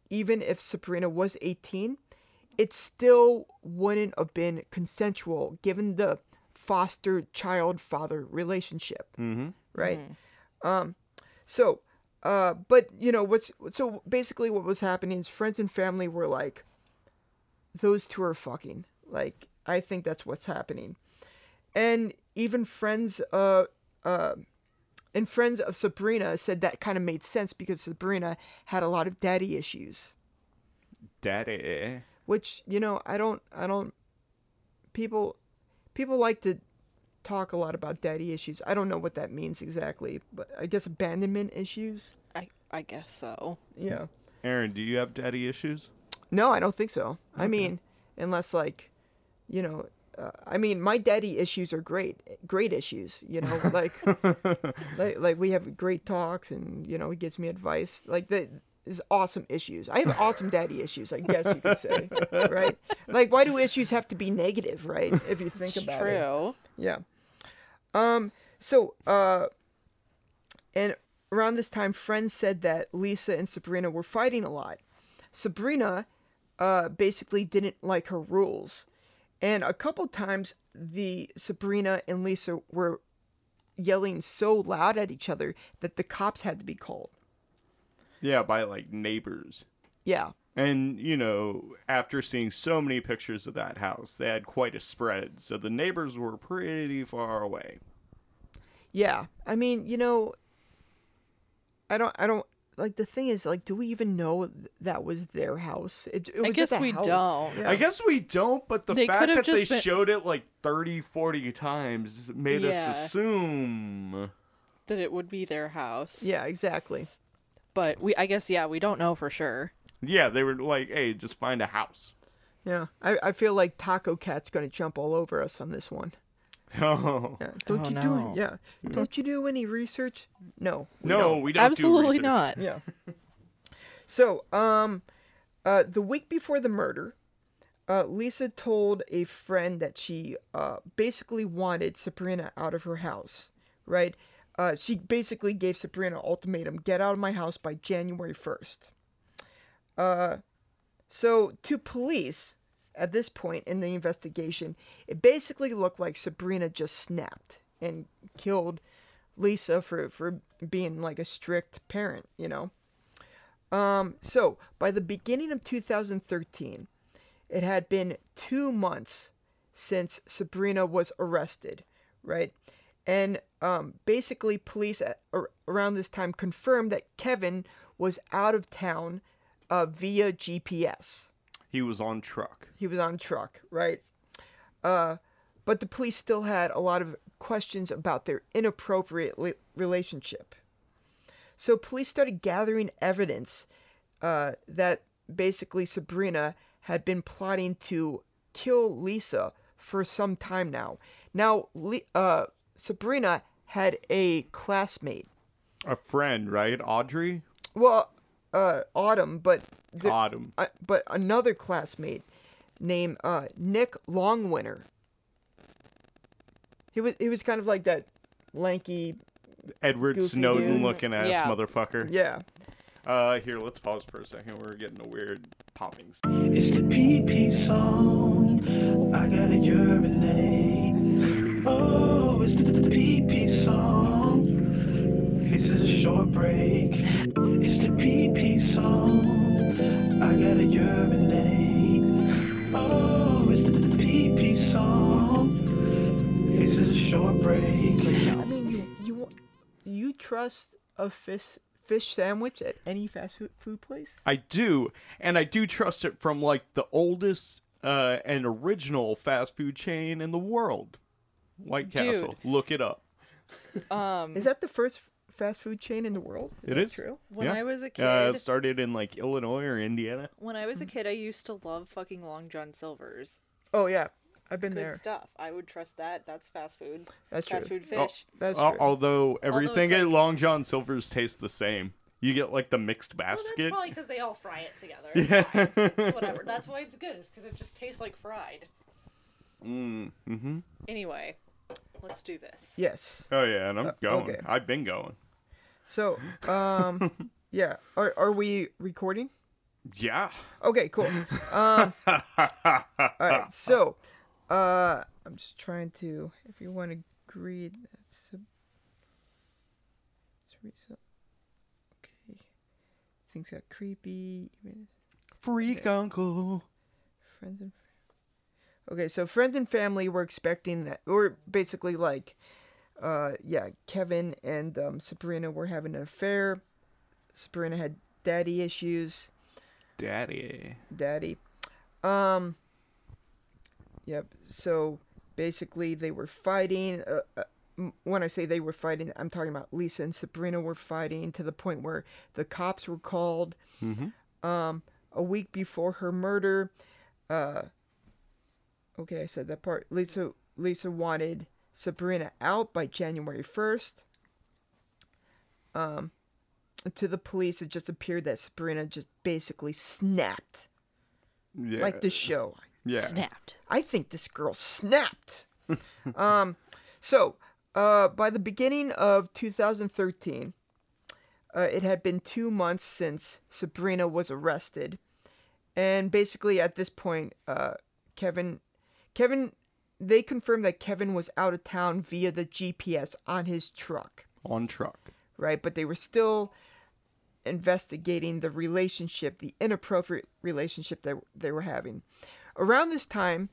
B: even if Sabrina was 18, it still wouldn't have been consensual given the foster child father relationship. Mm-hmm. Right? Um, so, uh, but you know, what's so basically what was happening is friends and family were like, those two are fucking. Like I think that's what's happening, and even friends, uh, uh, and friends of Sabrina said that kind of made sense because Sabrina had a lot of daddy issues,
C: Daddy.
B: which you know I don't, I don't. People, people like to talk a lot about daddy issues. I don't know what that means exactly, but I guess abandonment issues.
D: I, I guess so.
B: Yeah.
C: Aaron, do you have daddy issues?
B: No, I don't think so. I mean, unless like, you know, uh, I mean, my daddy issues are great, great issues. You know, like, like, like we have great talks, and you know, he gives me advice. Like that is awesome issues. I have awesome daddy issues, I guess you could say, right? Like, why do issues have to be negative, right? If you think
D: It's
B: about it.
D: true.
B: Yeah. Um, so uh and around this time friends said that Lisa and Sabrina were fighting a lot. Sabrina uh basically didn't like her rules. And a couple times the Sabrina and Lisa were yelling so loud at each other that the cops had to be called.
C: Yeah, by like neighbors.
B: Yeah.
C: And, you know, after seeing so many pictures of that house, they had quite a spread. So the neighbors were pretty far away.
B: Yeah. I mean, you know, I don't, I don't, like, the thing is, like, do we even know th- that was their house? It, it was
D: I
B: just
D: guess
B: a
D: we
B: house.
D: don't.
B: Yeah.
C: I guess we don't, but the
D: They
C: fact
D: could've
C: that they
D: just been-
C: showed it like 30, 40 times made
D: Yeah.
C: us assume.
D: That it would be their house.
B: Yeah, exactly.
D: But we, I guess, yeah, we don't know for sure.
C: Yeah, they were like, hey, just find a house.
B: Yeah. I, I feel like Taco Cat's going to jump all over us on this one.
C: Oh.
B: Yeah. Don't
D: Oh,
B: you do
D: no.
B: it. Yeah.
D: Mm-hmm.
B: Don't you do any research? No. we
C: no,
B: don't.
C: we don't do
D: Absolutely
C: research.
D: not.
B: Yeah. so, um, uh, the week before the murder, uh, Lisa told a friend that she uh, basically wanted Sabrina out of her house, right? uh, she basically gave Sabrina an ultimatum: get out of my house by January first. Uh, so to police at this point in the investigation, it basically looked like Sabrina just snapped and killed Lisa for for being like a strict parent, you know. Um, so by the beginning of 2013, it had been two months since Sabrina was arrested, right? And um, basically, police at, ar- around this time confirmed that Kevin was out of town uh, via GPS.
C: He was on truck.
B: He was on truck, right? Uh, but the police still had a lot of questions about their inappropriate li- relationship. So police started gathering evidence uh, that basically Sabrina had been plotting to kill Lisa for some time now. Now, Li- uh, Sabrina had a classmate.
C: A friend, right? Audrey?
B: Well, uh, Autumn, but the-
C: Autumn.
B: uh, but another classmate named uh, Nick Longwinter. He was he was kind of like that lanky,
C: Edward
B: Goofy
C: Snowden
B: dude.
C: looking ass
D: Yeah.
C: motherfucker.
B: yeah.
C: Uh, here, let's pause for a second. We're getting a weird popping.
G: It's the PP song. I gotta urinate. Oh, it's the, the, the PP song. This is a short break. It's the PP song. I gotta urinate. Oh, it's the, the, the PP song. This is a short break.
B: I mean, you you wa- you trust a fish fish sandwich at any fast food food place?
C: I do, and I do trust it from like the oldest uh, and original fast food chain in the world, White
D: Dude.
C: Castle. Look it up.
D: Um,
B: Is that the first fast food chain in the world?
C: It
B: that
C: is.
B: true.
D: when
C: Yeah.
D: I was a kid,
C: Uh, it started in like Illinois or Indiana.
D: when I was a kid, I used to love fucking Long John Silver's.
B: Oh yeah, I've been
D: Good
B: there.
D: stuff. I would trust that. That's fast food.
B: That's
D: fast
B: true.
D: food
C: Al-
D: fish.
B: That's
C: al-
B: true.
C: although everything
D: it's
C: at
D: like-
C: Long John Silver's tastes the same. You get like the
B: Oh,
C: mixed
D: Well, that's
C: basket.
D: probably because they all fry it together. Yeah. whatever. That's why it's good. Is because it just tastes like fried.
C: mm-hmm.
D: Anyway, let's do this.
B: Yes.
C: Oh yeah, and I'm going.
B: Uh, okay.
C: I've been going.
B: So, um, yeah. Are are we recording?
C: Yeah.
B: Okay, cool. Um, all right, so uh, I'm just trying to. If you want to agree, that's a, it's a reason- Okay, things got creepy. even
C: Freak uncle.
B: Friends and okay, so friends and family were expecting that, or basically like, uh, yeah, Kevin and um, Sabrina were having an affair. Sabrina had daddy issues.
C: Daddy.
B: daddy. Um. Yep. So basically, they were fighting. Uh, uh, m- when I say they were fighting, I'm talking about Lisa and Sabrina were fighting to the point where the cops were called. Um, a week before her murder, uh, okay, I said that part. Lisa Lisa wanted Sabrina out by January first. Um, to the police, it just appeared that Sabrina just basically snapped
C: Yeah.
B: like the show.
C: yeah.
D: Snapped.
B: I think this girl snapped. um, so uh, by the beginning of 2013, uh, it had been two months since Sabrina was arrested, and basically at this point, uh, Kevin, Kevin, they confirmed that Kevin was out of town via the GPS on his truck
C: On truck.
B: right? But they were still investigating the relationship, the inappropriate relationship that they were having. Around this time,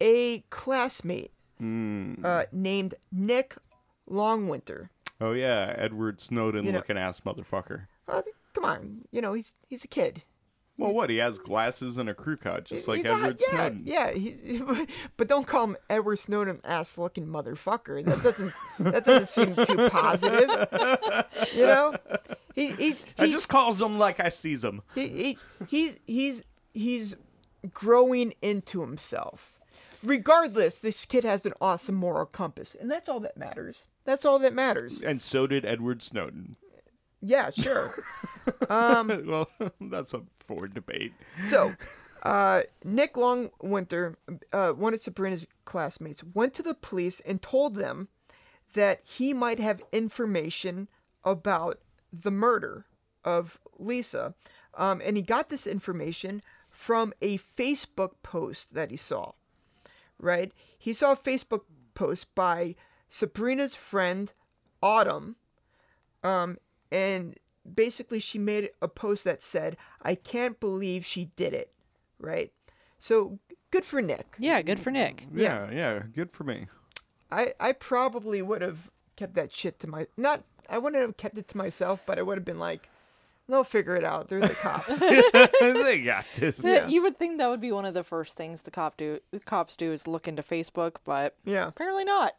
B: a classmate
C: Hmm.
B: uh, named Nick Longwinter.
C: Oh yeah, Edward Snowden
B: You know-
C: looking ass motherfucker.
B: I think- Oh, come on, you know he's he's a kid.
C: Well, what? He has glasses and a crew cut, just like
B: He's a-
C: Edward
B: yeah,
C: Snowden.
B: Yeah, he, but don't call him Edward Snowden ass looking motherfucker. That doesn't that doesn't seem too positive. You know, he, he,
C: I
B: he-
C: just calls them like I sees them.
B: he, he he's he's he's growing into himself. Regardless, this kid has an awesome moral compass, and that's all that matters. That's all that matters.
C: And so did Edward Snowden.
B: Yeah, sure.
C: well, that's up for debate.
B: So, uh, Nick Longwinter, uh, one of Sabrina's classmates, went to the police and told them that he might have information about the murder of Lisa. Um, and he got this information from a Facebook post that he saw, right? He saw a Facebook post by Sabrina's friend, Autumn. Um, and basically, she made a post that said, I can't believe she did it, right? So good for Nick.
D: Yeah, good for Nick.
C: Yeah, yeah, good for me.
B: I, I probably would have kept that shit to my not I wouldn't have kept it to myself, but I would have been like, they'll figure it out. They're the cops.
C: they got this.
D: Yeah, You would think that would be one of the first things the cop do cops do is look into Facebook, but
B: yeah.
D: apparently not.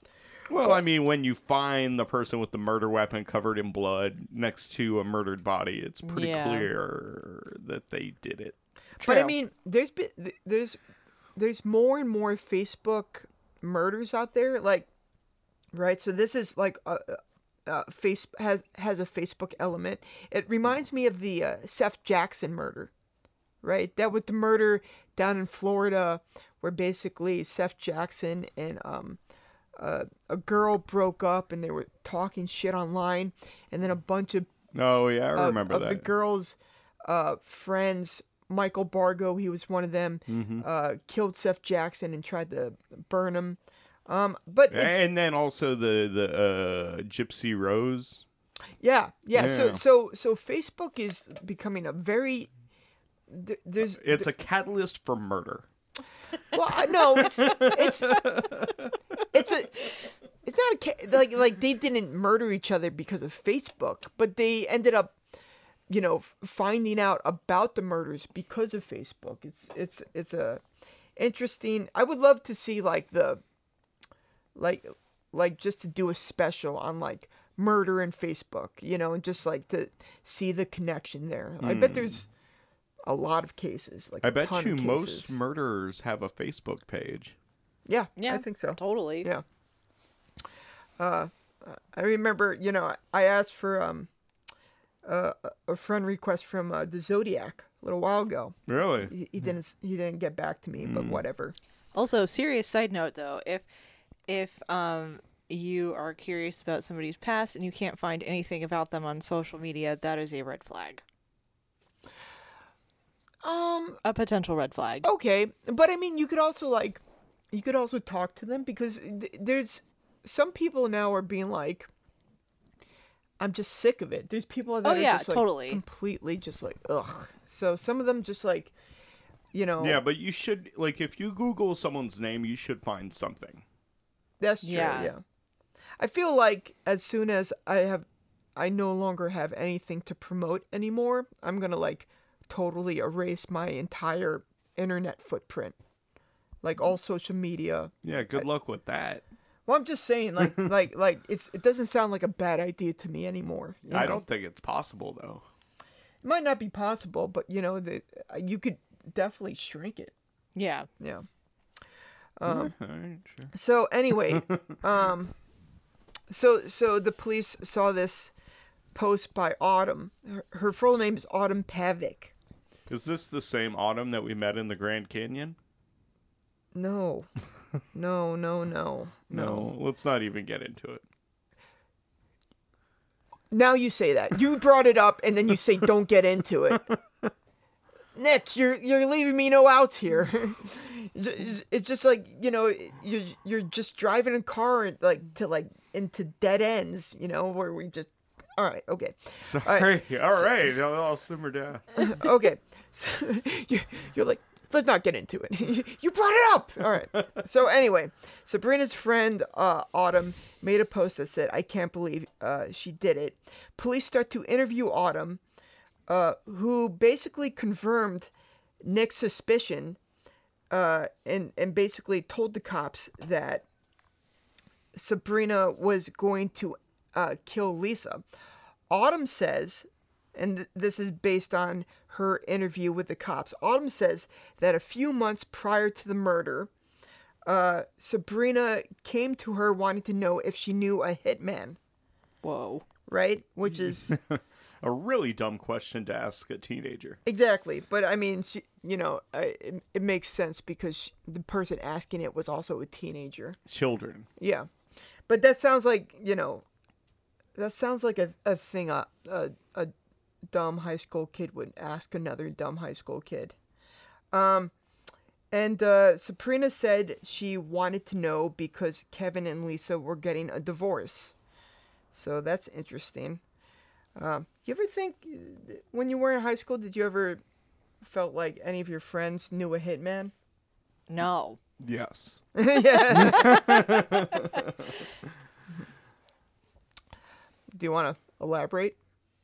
C: Well, I mean, when you find the person with the murder weapon covered in blood next to a murdered body, it's pretty
D: Yeah.
C: clear that they did it.
B: But I
D: True.
B: mean, there's been th- there's there's more and more Facebook murders out there, like right. So this is like a, a- a face has has a Facebook element. It reminds me of the uh, Seth Jackson murder, right? That with the murder down in Florida, where basically Seth Jackson and um. Uh, a girl broke up and they were talking shit online, and then a bunch of
C: Oh yeah, I
B: of-
C: remember
B: of
C: that.
B: the girls' uh, friends. Michael Bargo, he was one of them,
C: Mm-hmm.
B: uh, killed Seth Jackson and tried to burn him. Um, but it's-
C: and then also the the uh, Gypsy Rose.
B: yeah, yeah, So
C: Yeah.
B: so so Facebook is becoming a very th- there's
C: It's a catalyst for murder.
B: well I- no it's it's it's a it's not a ca- like like they didn't murder each other because of Facebook, but they ended up you know f- finding out about the murders because of Facebook. It's it's it's a interesting. I would love to see like the like like just to do a special on like murder and Facebook, you know, and just like to see the connection there. I bet there's a lot of cases. Like
C: Hmm. I
B: a
C: bet
B: ton
C: you
B: of
C: most
B: cases.
C: murderers have a Facebook page.
B: yeah,
D: Yeah,
B: I think so.
D: Totally.
B: Yeah. Uh, I remember, you know, I asked for um, uh, a friend request from uh, the Zodiac a little while ago.
C: Really?
B: He, he didn't, he didn't get back to me, but whatever.
D: Also, serious side note though, if if um you are curious about somebody's past and you can't find anything about them on social media, that is a red flag.
B: Um,
D: A potential red flag.
B: okay, but I mean, you could also like, you could also talk to them because th- there's some people now are being like, I'm just sick of it. There's people that
D: Oh,
B: are
D: yeah,
B: just like
D: totally.
B: completely just like ugh. So some of them just like, you know,
C: Yeah, but you should like if you Google someone's name, you should find something.
B: That's true. Yeah.
D: Yeah.
B: I feel like as soon as I have, I no longer have anything to promote anymore. I'm gonna like totally erase my entire internet footprint, like all social media.
C: Yeah, good luck with that.
B: Well, I'm just saying, like, like, like it's it doesn't sound like a bad idea to me anymore. you
C: I
B: know?
C: don't think it's possible though.
B: It might not be possible, but you know that you could definitely shrink it.
D: Yeah.
B: Yeah. Uh-huh.
C: All right, sure.
B: So anyway, um, so so the police saw this post by Autumn. Her, her full name is Autumn Pavic.
C: Is this the same autumn that we met in the Grand Canyon?
B: No, no, no, no.
C: No, let's not even get into it.
B: Now you say that you brought it up, and then you say don't get into it. Nick, you're you're leaving me no outs here. It's it's just like you know you're you're just driving a car like to like into dead ends, you know, where we just all right, okay.
C: Sorry. All right, I'll, I'll simmer down.
B: okay. So you- you're like, let's not get into it. you brought it up. All right. So anyway, Sabrina's friend uh, Autumn made a post that said, "I can't believe uh, she did it." Police start to interview Autumn, uh, who basically confirmed Nick's suspicion, uh, and and basically told the cops that Sabrina was going to uh, kill Lisa. Autumn says, and th- this is based on her interview with the cops. Autumn says that a few months prior to the murder, uh, Sabrina came to her wanting to know if she knew a hitman,
D: Whoa.
B: right? Which is
C: A really dumb question to ask a teenager.
B: exactly, but I mean, she, you know, I, it, it makes sense because she, the person asking it was also a teenager.
C: Children.
B: Yeah. But that sounds like you know, that sounds like a, a thing a, a a dumb high school kid would ask another dumb high school kid. Um, and uh, Sabrina said she wanted to know because Kevin and Lisa were getting a divorce. So that's interesting. Um, you ever think uh, when you were in high school, did you ever felt like any of your friends knew a hitman?
D: No.
C: Yes.
B: yeah. Do you want to elaborate?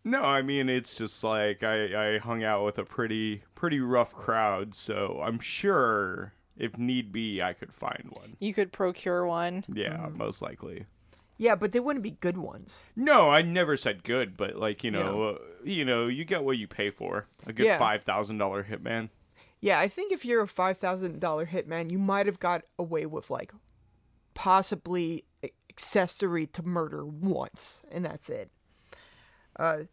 C: No, I mean it's just like I, I hung out with a pretty pretty rough crowd, so I'm sure if need be I could find one.
D: You could procure one.
C: Yeah, most likely.
B: Yeah, but they wouldn't be good ones.
C: No, I never said good, but like you know, uh, you know, you get what you pay for. A good
B: Yeah.
C: five thousand dollar hitman.
B: Yeah, I think if you're a five thousand dollar hitman, you might have got away with like possibly a- accessory to murder once, and that's it. Uh,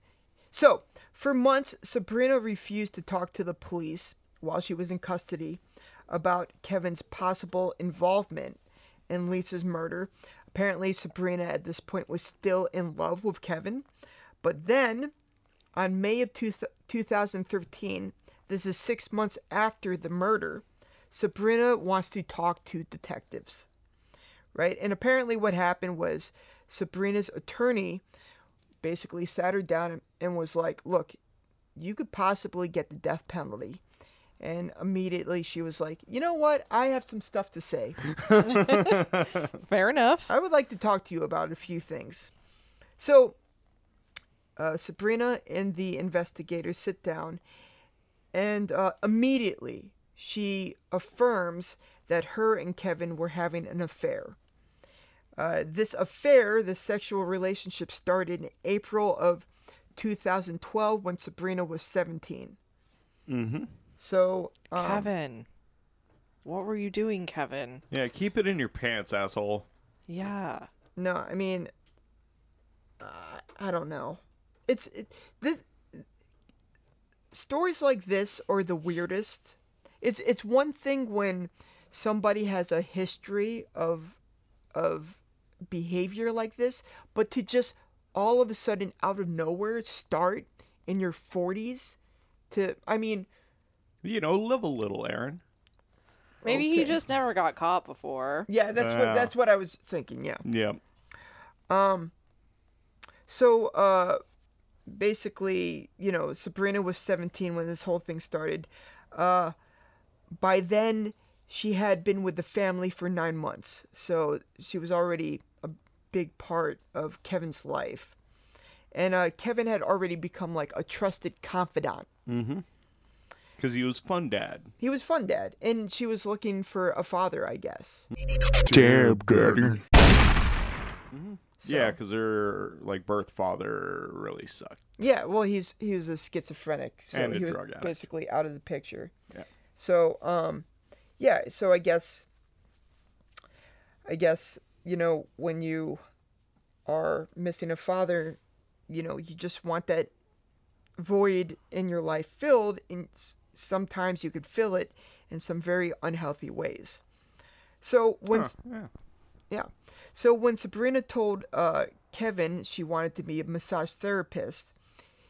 B: so for months, Sabrina refused to talk to the police while she was in custody about Kevin's possible involvement in Lisa's murder. Apparently, Sabrina at this point was still in love with Kevin, but then on May of two, 2013, this is six months after the murder, Sabrina wants to talk to detectives. Right? And apparently, what happened was Sabrina's attorney basically sat her down and, and was like, Look, you could possibly get the death penalty. And immediately she was like, You know what? I have some stuff to say.
D: Fair enough.
B: I would like to talk to you about a few things. So, uh, Sabrina and the investigators sit down, and uh, immediately she affirms that her and Kevin were having an affair. Uh, this affair, this sexual relationship, started in April of 2012 when Sabrina was 17. Mm-hmm. So, um,
D: Kevin. What were you doing, Kevin?
C: Yeah, keep it in your pants, asshole.
D: Yeah.
B: No, I mean, uh, I don't know. It's it, this stories like this are the weirdest. It's it's one thing when somebody has a history of of behavior like this, but to just all of a sudden out of nowhere start in your 40s to I mean,
C: You know, live a little, Aaron.
D: Maybe he
B: Okay.
D: just never got caught before.
B: yeah, that's what
C: Yeah.
B: that's what I was thinking, yeah.
C: Yeah.
B: So, uh, basically, you know, Sabrina was 17 when this whole thing started. Uh, by then, she had been with the family for nine months. So she was already a big part of Kevin's life. And uh, Kevin had already become like a trusted confidant.
C: Because he was fun dad.
B: He was fun dad, and she was looking for a father, I guess.
C: Yeah, because her like birth father really sucked.
B: Yeah, well, he's he was a schizophrenic, so
C: And a
B: he was
C: drug addict.
B: basically out of the picture.
C: Yeah.
B: So, um, yeah. So I guess, I guess you know when you are missing a father, you know you just want that void in your life filled, and s- sometimes you could fill it in some very unhealthy ways. So when s-
C: Yeah.
B: yeah. So when Sabrina told uh, Kevin she wanted to be a massage therapist,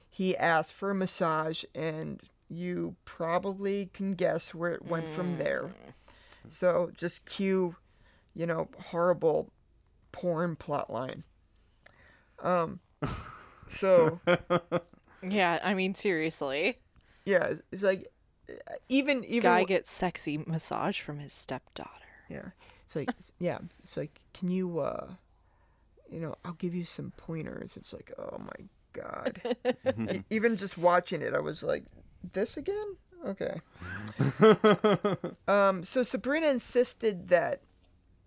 B: he asked for a massage, and you probably can guess where it went from there. So just cue, you know, horrible porn plot line. Um, so
D: Yeah, I mean seriously.
B: yeah, it's like uh, even even
D: Guy gets sexy massage from his stepdaughter.
B: Yeah. It's like it's- yeah. It's like can you uh you know, I'll give you some pointers. It's like, oh my god. E- Even just watching it, I was like, this again? Okay. um so Sabrina insisted that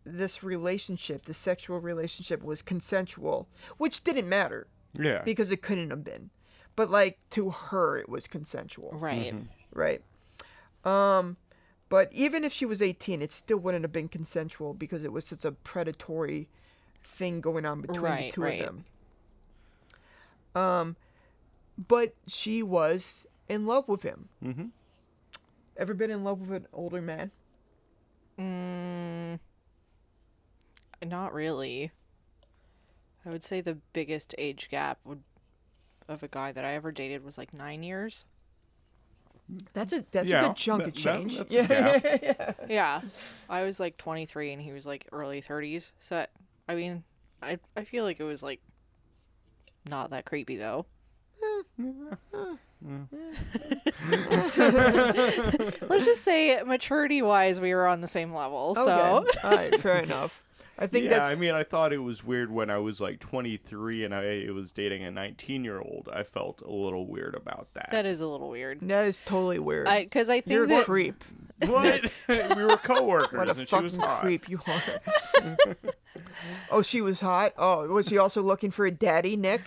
B: this relationship, the sexual relationship was consensual, which didn't matter
C: Yeah.
B: because it couldn't have been. But like to her it was consensual
D: Right.
B: right? Um, but even if she was 18, it still wouldn't have been consensual because it was such a predatory thing going on between
D: Right,
B: the two
D: right.
B: of them. Um, but she was in love with him. Mm-hmm. Ever been in love with an older man?
D: Not really. I would say the biggest age gap would of a guy that I ever dated was like nine years.
B: That's a that's
C: Yeah,
B: a good chunk
C: that-
B: of change.
C: that- that's a
B: yeah.
C: gap.
D: Yeah, I was like 23 and he was like early 30s. So I mean, I I feel like it was like not that creepy though. Let's just say maturity wise, we were on the same level. So
B: Okay. All right, fair enough. I think
C: yeah,
B: that's
C: I mean, I thought it was weird when I was like 23 and I was dating a 19 year old. I felt a little weird about that.
D: that is a little weird.
B: that is totally weird.
D: I because I think
B: You're a
D: that
B: creep.
C: what? we were coworkers
B: What a
C: and she was
B: fucking
C: hot.
B: creep you are. oh, she was hot. Oh, was she also looking for a daddy, Nick?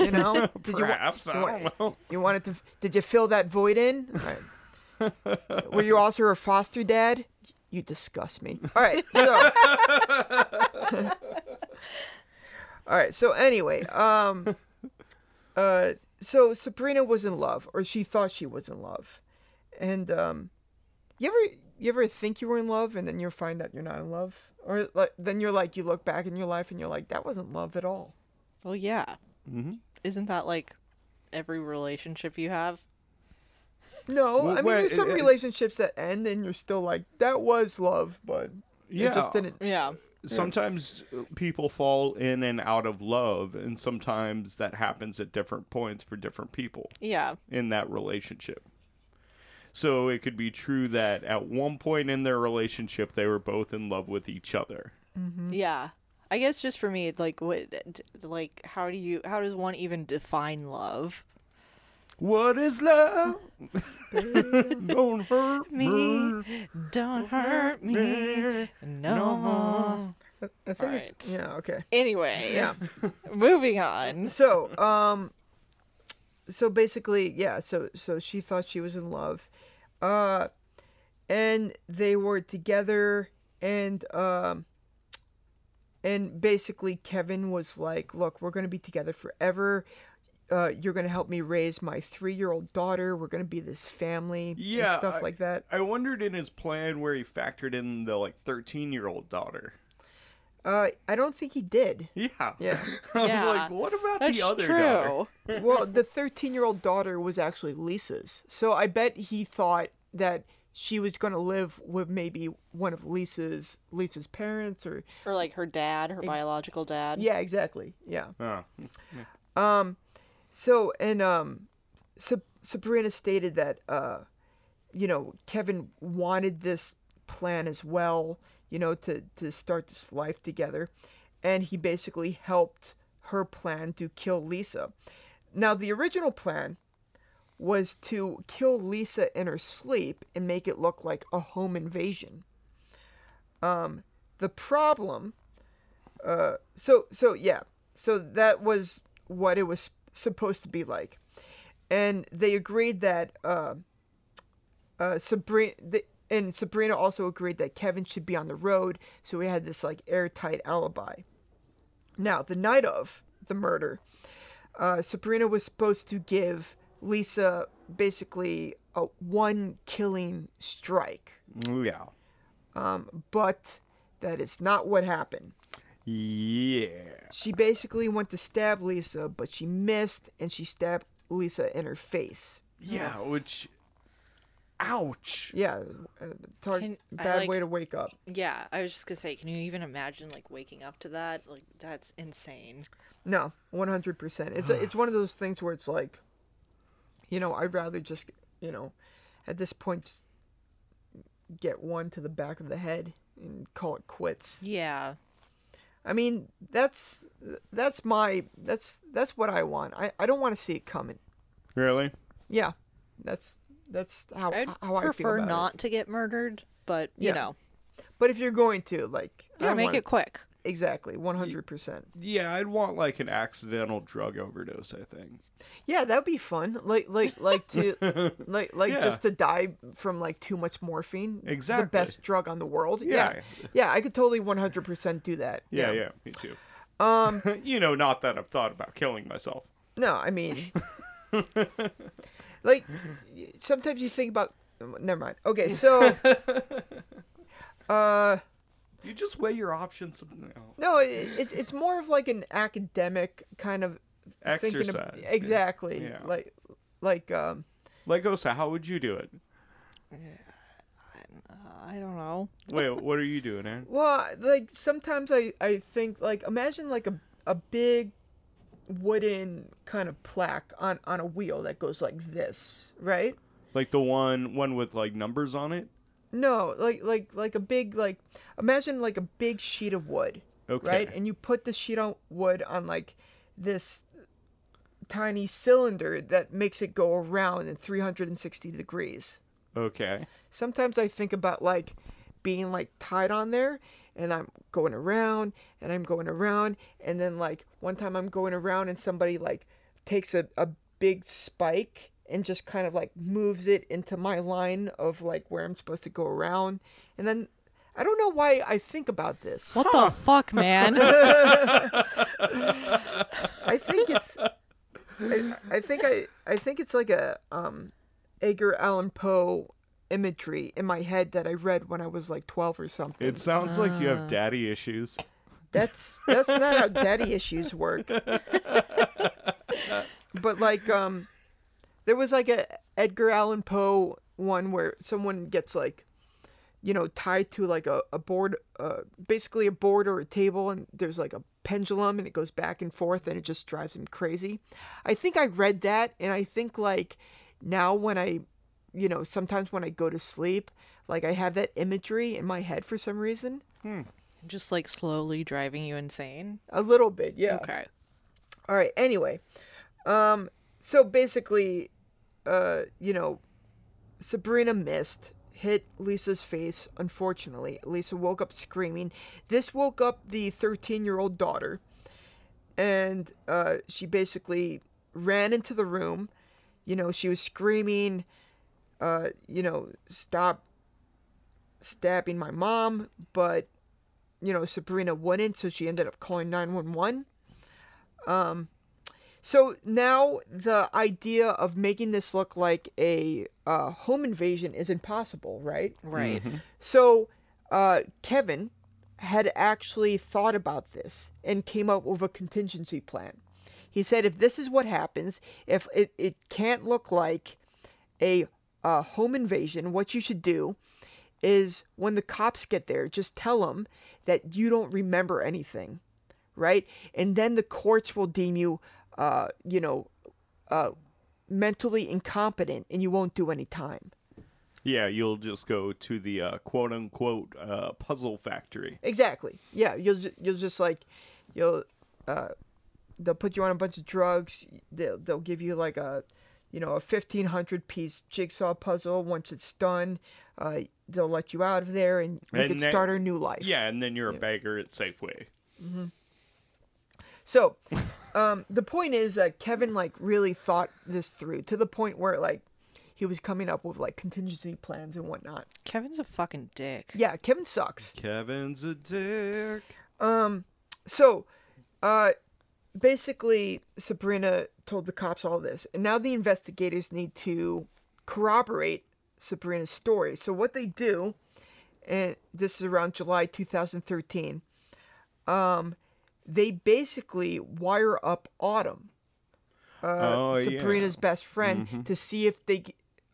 B: You know, did you, wa-
C: Perhaps I don't know.
B: you wanted to? Did you fill that void in? All right. Were you also her foster dad? You disgust me. All right, so. All right, so anyway, um, uh, so Sabrina was in love, or she thought she was in love, and um, you ever you ever think you were in love and then you find out you're not in love, or like then you're like you look back in your life and you're like that wasn't love at all.
D: Well, yeah.
B: Mm-hmm.
D: Isn't that like every relationship you have?
B: No,
C: Well,
B: I mean
C: wait,
B: there's some
C: it- it-
B: relationships that end and you're still like that was love, but
C: Yeah.
B: it just didn't.
D: Yeah.
C: Sometimes uh, people fall in and out of love, and sometimes that happens at different points for different people.
D: Yeah.
C: in that relationship. So it could be true that at one point in their relationship, they were both in love with each other.
D: Yeah. I guess just for me, like, what, d- like, how do you, how does one even define love?
C: What is love? Don't hurt
D: Me. Don't hurt me no more.
B: I think
D: All
B: it's- yeah, okay.
D: Anyway,
B: Yeah.
D: moving on.
B: So, um so basically, yeah, so so she thought she was in love. Uh and they were together and um and basically Kevin was like, "Look, we're going to be together forever. Uh, you're going to help me raise my 3-year-old daughter. We're going to be this family
C: Yeah,
B: and stuff
C: I-
B: like that."
C: I wondered in his plan where he factored in the like 13 year old daughter.
B: Uh, I don't think he did.
C: Yeah.
B: Yeah.
C: I was
D: Yeah.
C: like, what about
D: That's
C: the other
D: true.
C: daughter?
B: well, the 13 year old daughter was actually Lisa's. So I bet he thought that she was going to live with maybe one of Lisa's Lisa's parents or
D: Or like her dad, her biological dad.
B: yeah, exactly. Yeah.
C: Oh.
B: So and um Sab- Sabrina stated that uh you know, Kevin wanted this plan as well, you know, to to start this life together and he basically helped her plan to kill Lisa. Now, the original plan was to kill Lisa in her sleep and make it look like a home invasion. Um, the problem, uh, so so yeah, so that was what it was supposed to be like, and they agreed that uh, uh, Sabrina the, and Sabrina also agreed that Kevin should be on the road, so we had this like airtight alibi. Now, the night of the murder, uh, Sabrina was supposed to give Lisa basically a one killing strike,
C: Yeah.
B: but that is not what happened.
C: Yeah.
B: She basically went to stab Lisa, but she missed and she stabbed Lisa in her face.
C: Yeah. Which. Ouch.
B: Yeah, uh, tar-
D: Can- I
B: bad
D: like-
B: way to wake up.
D: Yeah, I was just gonna say, can you even imagine like waking up to that? Like, that's insane.
B: No, one hundred percent. It's a, it's one of those things where it's like, you know, I'd rather just you know, at this point, s- get one to the back of the head and call it quits.
D: Yeah.
B: I mean, that's that's my that's that's what I want. I I don't want to see it coming.
C: Really?
B: Yeah, that's that's how
D: I'd
B: how I feel
D: prefer
B: about
D: not
B: it.
D: to get murdered, but you
B: Yeah.
D: know,
B: But if you're going to, like, I
D: yeah,
B: don't
D: make
B: wanna-
D: it quick.
B: exactly one hundred percent.
C: Yeah, I'd want like an accidental drug overdose, I think.
B: Yeah, that'd be fun. Like like like to like like
C: Yeah.
B: just to die from like too much morphine.
C: Exactly.
B: The best drug on the world.
C: Yeah.
B: Yeah. Yeah, I could totally 100% do that.
C: Yeah, yeah, me too. Um, you know, not that I've thought about killing myself.
B: No, I mean like sometimes you think about never mind. Okay, so uh
C: You just weigh your options. You know.
B: No, it, it's it's more of like an academic kind of Thinking
C: Exercise,
B: of,
C: yeah.
B: exactly.
C: Yeah.
B: Like like um
C: Like Osa, how would you do it?
D: I don't know.
C: Wait, what are you doing, Aaron?
B: well like sometimes I I think like imagine like a a big wooden kind of plaque on on a wheel that goes like this, right?
C: Like the one one with like numbers on it?
B: No, like like like a big like imagine like a big sheet of wood,
C: Okay.
B: right? And you put the sheet of wood on like this tiny cylinder that makes it go around in 360 degrees.
C: Okay.
B: Sometimes I think about like being like tied on there and I'm going around and I'm going around and then like one time I'm going around and somebody like takes a, a big spike and just kind of like moves it into my line of like where I'm supposed to go around and then I don't know why I think about this.
D: What the fuck, man?
B: I think it's I, I think I I think it's like a um Edgar Allan Poe imagery in my head that I read when I was like 12 or something.
C: It sounds like you have daddy issues.
B: That's that's not how daddy issues work. but like um there was like a Edgar Allan Poe one where someone gets like you know tied to like a, a board uh basically a board or a table and there's like a pendulum and it goes back and forth and it just drives him crazy. I think I read that and I think like now when I you know sometimes when I go to sleep like I have that imagery in my head for some reason.
D: Just like slowly driving you insane.
B: A little bit, yeah.
D: Okay.
B: All right. Anyway, um, so basically, uh, you know, Sabrina missed, hit Lisa's face. Unfortunately, Lisa woke up screaming. This woke up the 13-year-old daughter, and uh, she basically ran into the room. You know, she was screaming, uh, you know, stop stabbing my mom, but you know, Sabrina wouldn't, so she ended up calling 911. So now the idea of making this look like a uh, home invasion is impossible, right?
D: Right.
C: Mm-hmm.
B: So uh, Kevin had actually thought about this and came up with a contingency plan. He said, if this is what happens, if it, it can't look like a uh, home invasion, what you should do is when the cops get there, just tell them that you don't remember anything, right? And then the courts will deem you, uh, you know, uh, mentally incompetent and you won't do any time.
C: Yeah, you'll just go to the uh, quote unquote uh, puzzle factory.
B: Exactly. Yeah, you'll ju- you'll just like you'll uh they'll put you on a bunch of drugs. They'll they'll give you like a you know a fifteen hundred piece jigsaw puzzle. Once it's done, uh, they'll let you out of there and you
C: And
B: can
C: that-
B: start a new life.
C: Yeah, and then you're a beggar at Safeway.
B: So, um, the point is that Kevin like really thought this through to the point where like he was coming up with like contingency plans and whatnot.
D: Kevin's a fucking dick.
B: Yeah, Kevin sucks.
C: Kevin's a dick.
B: So, uh, basically, Sabrina told the cops all this, and now the investigators need to corroborate Sabrina's story. So, what they do, and this is around July 2013, um, they basically wire up Autumn, uh,
C: oh,
B: Sabrina's best friend, to see if they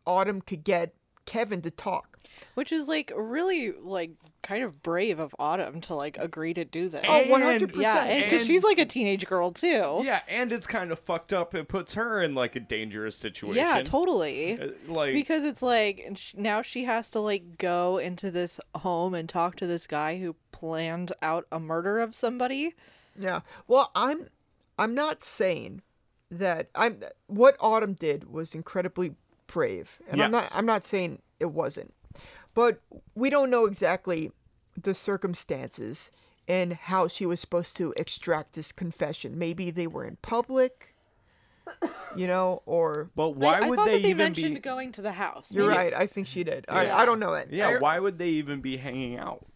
B: Autumn could get Kevin to talk.
D: Which is like really like kind of brave of Autumn to like agree to do this.
B: Oh,
C: And-
B: 100%.
D: yeah, because
C: and-
D: she's like a teenage girl too.
C: yeah. Yeah, and it's kind of fucked up. It puts her in like a dangerous situation.
D: Yeah, totally.
C: Uh, Like,
D: because it's like and sh- now she has to like go into this home and talk to this guy who planned out a murder of somebody.
B: Yeah. Well, I'm I'm not saying that I'm what Autumn did was incredibly brave. And I'm not
C: Yes.
B: I'm not saying it wasn't. But we don't know exactly the circumstances and how she was supposed to extract this confession. Maybe they were in public, you know, or
C: but why
D: I, I
C: would
D: thought
C: they,
D: that they
C: even
D: mentioned
C: be?
D: going to the house.
B: you're
D: Maybe-
B: right, I think she did. I, I don't know it.
C: Yeah, why would they even be hanging out?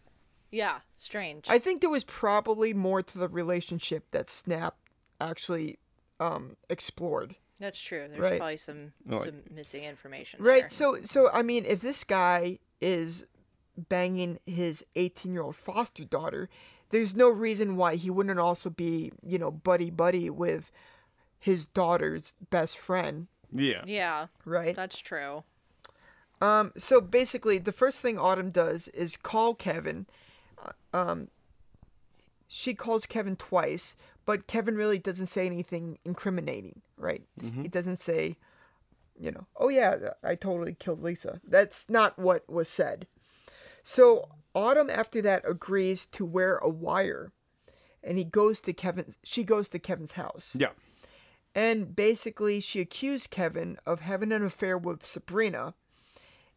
D: Yeah, strange.
B: I think there was probably more to the relationship that Snap actually um explored.
D: That's true. There's
B: Right.
D: probably some
C: Like-
D: some missing information.
B: Right.
D: there.
B: So so I mean, if this guy is banging his 18 year old foster daughter, there's no reason why he wouldn't also be, you know, buddy buddy with his daughter's best friend,
C: Yeah.
D: Yeah,
B: right?
D: that's true.
B: Um, so basically, the first thing Autumn does is call Kevin. Uh, Um, she calls Kevin twice, but Kevin really doesn't say anything incriminating, right? He doesn't say, you know, oh yeah, I totally killed Lisa. That's not what was said. So Autumn, after that, agrees to wear a wire, and he goes to Kevin's. She goes to Kevin's house.
C: Yeah.
B: And basically, she accused Kevin of having an affair with Sabrina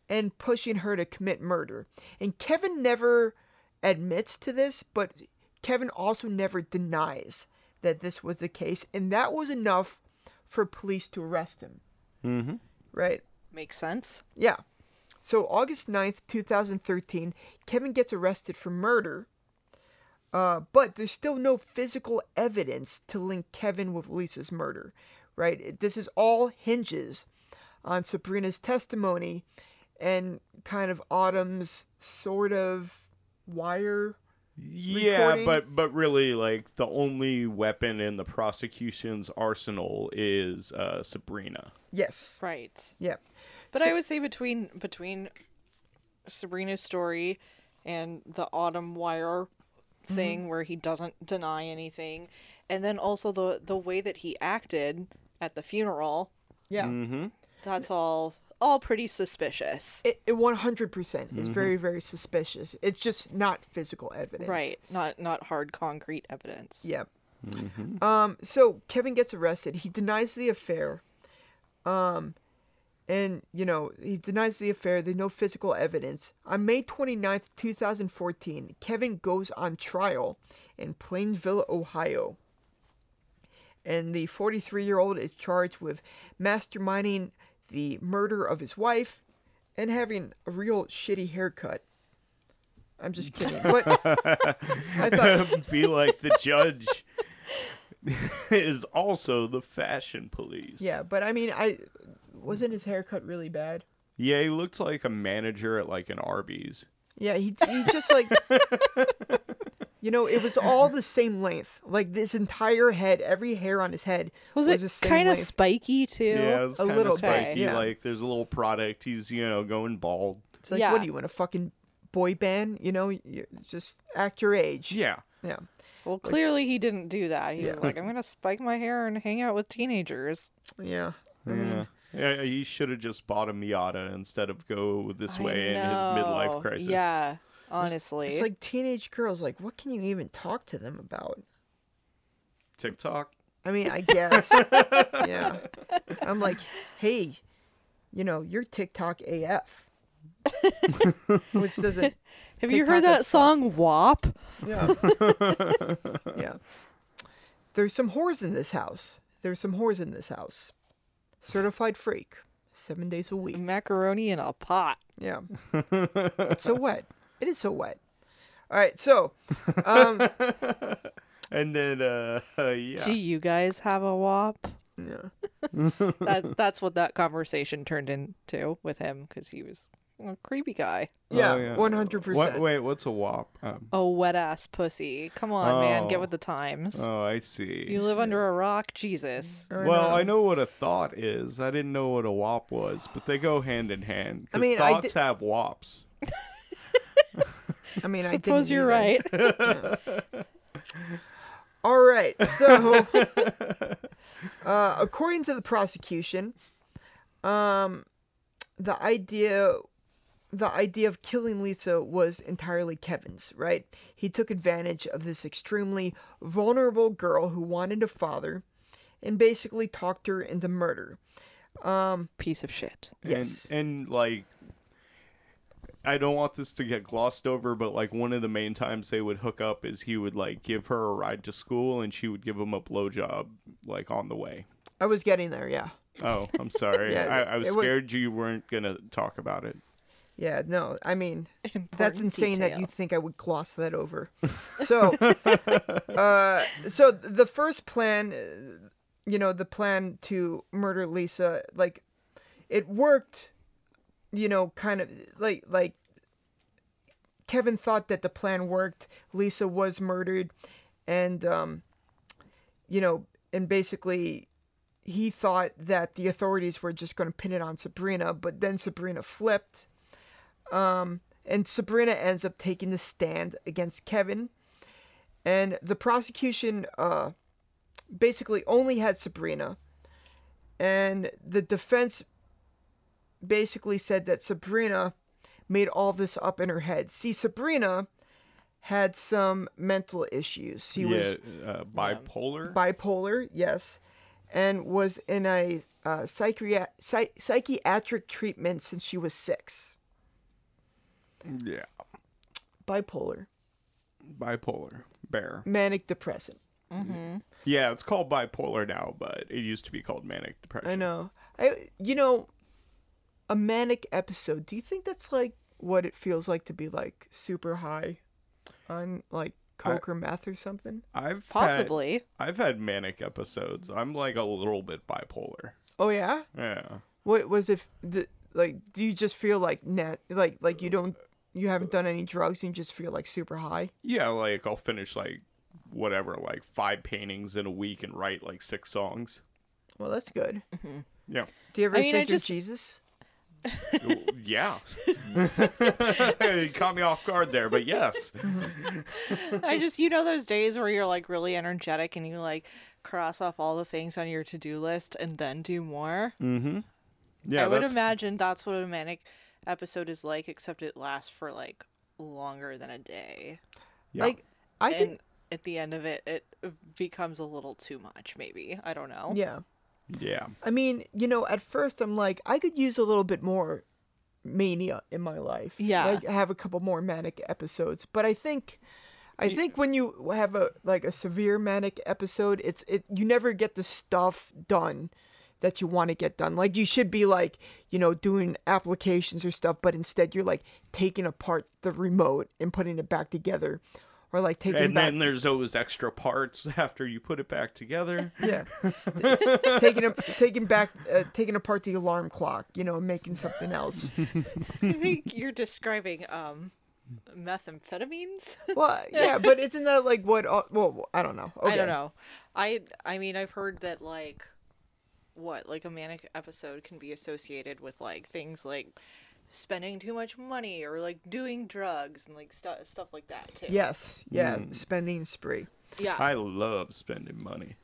B: and pushing her to commit murder. And Kevin never admits to this, but Kevin also never denies that this was the case. And that was enough for police to arrest him. Mm-hmm. Right?
D: Makes sense.
B: Yeah. So August 9th, 2013, Kevin gets arrested for murder. Uh, but there's still no physical evidence to link Kevin with Lisa's murder, right? It- This is all hinges on Sabrina's testimony and kind of Autumn's sort of wire.
C: Yeah,
B: recording.
C: but but really, like the only weapon in the prosecution's arsenal is uh, Sabrina.
B: Yes.
D: Right.
B: Yep.
D: But I would say between between Sabrina's story and the autumn wire thing where he doesn't deny anything and then also the the way that he acted at the funeral,
B: Yeah.
D: that's all all pretty suspicious.
B: It, it 100% percent is very, very suspicious. It's just not physical evidence.
D: Right. Not not hard concrete evidence.
B: Yep. Um, so Kevin gets arrested. He denies the affair. Um, and, you know, he denies the affair. There's no physical evidence. On May 29th, 2014, Kevin goes on trial in Plainsville, Ohio. And the 43 year old is charged with masterminding the murder of his wife and having a real shitty haircut. I'm just kidding. But I thought
C: Be like the judge is also the fashion police.
B: Yeah, but I mean, I wasn't his haircut really bad.
C: Yeah, he looked like a manager at like an Arby's.
B: Yeah, he he just like you know, it was all the same length. Like this entire head, every hair on his head
D: Was,
B: the
D: it
B: same
D: kind of
B: length.
D: spiky too?
C: Yeah, it was
B: A
C: kind
B: little
C: of
B: bit,
C: spiky.
B: yeah.
C: Like there's a little product. He's you know going bald.
B: It's like,
D: Yeah.
B: what do you want a fucking boy band? You know, you just act your age.
C: Yeah.
B: yeah.
D: Well, clearly he didn't do that. He was like, "I'm gonna spike my hair and hang out with teenagers."
B: Yeah. I
C: Yeah.
B: mean,
C: Yeah, he should have just bought a Miata instead of go this
D: I
C: way in his midlife
D: know.
C: crisis.
D: Yeah, honestly,
B: it's like teenage girls. Like, what can you even talk to them about?
C: TikTok.
B: I mean, I guess. yeah. I'm like, hey, you know, you're TikTok AF. Which doesn't
D: have you
B: TikTok
D: heard that
B: is
D: song WAP?
B: Yeah. yeah. There's some whores in this house. There's some whores in this house. Certified freak. Seven days a
C: Mm.
B: week.
D: Macaroni in a pot.
B: Yeah. it's so wet. It is so wet. All right. So, um,
C: And then uh, yeah.
D: Do you guys have a WAP?
C: Oh,
B: yeah.
D: That that's what that conversation turned into with him because he was a creepy guy.
B: Yeah,
C: Oh, yeah.
B: 100%.
C: What, wait, what's a WAP? Um,
D: A wet ass pussy. Come on, man,
C: Oh.
D: get with the times.
C: oh, I see.
D: you live under a rock, Jesus.
C: well, I know what a thought is. I didn't know what a WAP was, but they go hand in hand. 'cause
B: mean, I
C: thoughts
B: di-
C: have WAPs.
B: I mean, I didn't
D: Suppose you're
B: either.
D: right.
B: All right. So, uh, according to the prosecution, um, the idea the idea of killing Lisa was entirely Kevin's, right? He took advantage of this extremely vulnerable girl who wanted a father and basically talked her into murder.
D: Piece of shit.
B: Yes.
C: And, and like, I don't want this to get glossed over, but like one of the main times they would hook up is he would like give her a ride to school and she would give him a blowjob like on the way.
B: I was getting there, yeah.
C: Oh, I'm sorry.
B: Yeah,
C: I, I was
B: it was-
C: scared you weren't gonna talk about it.
B: Yeah, no, I mean, that's
D: Important
B: insane that you
D: detail.
B: think I would gloss that over. So, uh, so the first plan, uh, you know, the plan to murder Lisa, like, it worked, you know, kind of like like Kevin thought that the plan worked. Lisa was murdered, and um, you know, and basically, he thought that the authorities were just going to pin it on Sabrina, but then Sabrina flipped, um, and Sabrina ends up taking the stand against Kevin, and the prosecution uh, basically only had Sabrina, and the defense basically said that Sabrina made all this up in her head. See, Sabrina had some mental issues. She was
C: yeah, uh, bipolar.
B: bipolar, yes, and was in a uh, psychria- psy- psychiatric treatment since she was six.
C: yeah,
B: Bipolar,
C: bipolar. Bear.
B: manic depressant.
C: Yeah, it's called bipolar now, but it used to be called manic depression.
B: I know. I you know, a manic episode. Do you think that's like what it feels like to be like super high on like coke or meth or something?
C: I've
D: Possibly.
C: Had, I've had manic episodes. I'm like a little bit bipolar.
B: Oh yeah.
C: Yeah.
B: What was it? d like, do you just feel like net? Like, like you don't, you haven't done any drugs, and you just feel like super high?
C: Yeah, like I'll finish like whatever, like five paintings in a week and write like six songs.
B: Well, that's good.
C: Yeah.
B: Do you ever
D: I mean, I
B: think
D: just-
B: of Jesus?
C: yeah. you caught me off guard there, but yes.
D: I just, you know, those days where you're like really energetic and you like cross off all the things on your to do list and then do more.
C: Yeah,
D: I would
C: that's-
D: imagine that's what a manic episode is like, except it lasts for like longer than a day.
C: Yeah.
B: Like, I
D: and
B: can.
D: at the end of it, it becomes a little too much, maybe. I don't know.
B: Yeah.
C: yeah.
B: I mean, you know, at first I'm like, I could use a little bit more mania in my life.
D: Yeah.
B: Like have a couple more manic episodes. But I think I think when you have a like a severe manic episode, it's it you never get the stuff done that you want to get done. Like you should be like, you know, doing applications or stuff, but instead you're like taking apart the remote and putting it back together. Or like taking
C: And
B: back
C: then there's always extra parts after you put it back together.
B: Yeah, taking a, taking back uh, taking apart the alarm clock, you know, making something else.
D: I think you're describing um, methamphetamines.
B: Well, yeah, but isn't that like what? all- Well, I don't know.
D: I don't
B: Okay.
D: know. I I mean I've heard that like what like a manic episode can be associated with like things like spending too much money or like doing drugs and like stu- stuff like that too.
B: Yes, yeah, spending spree.
D: Yeah.
C: I love spending money.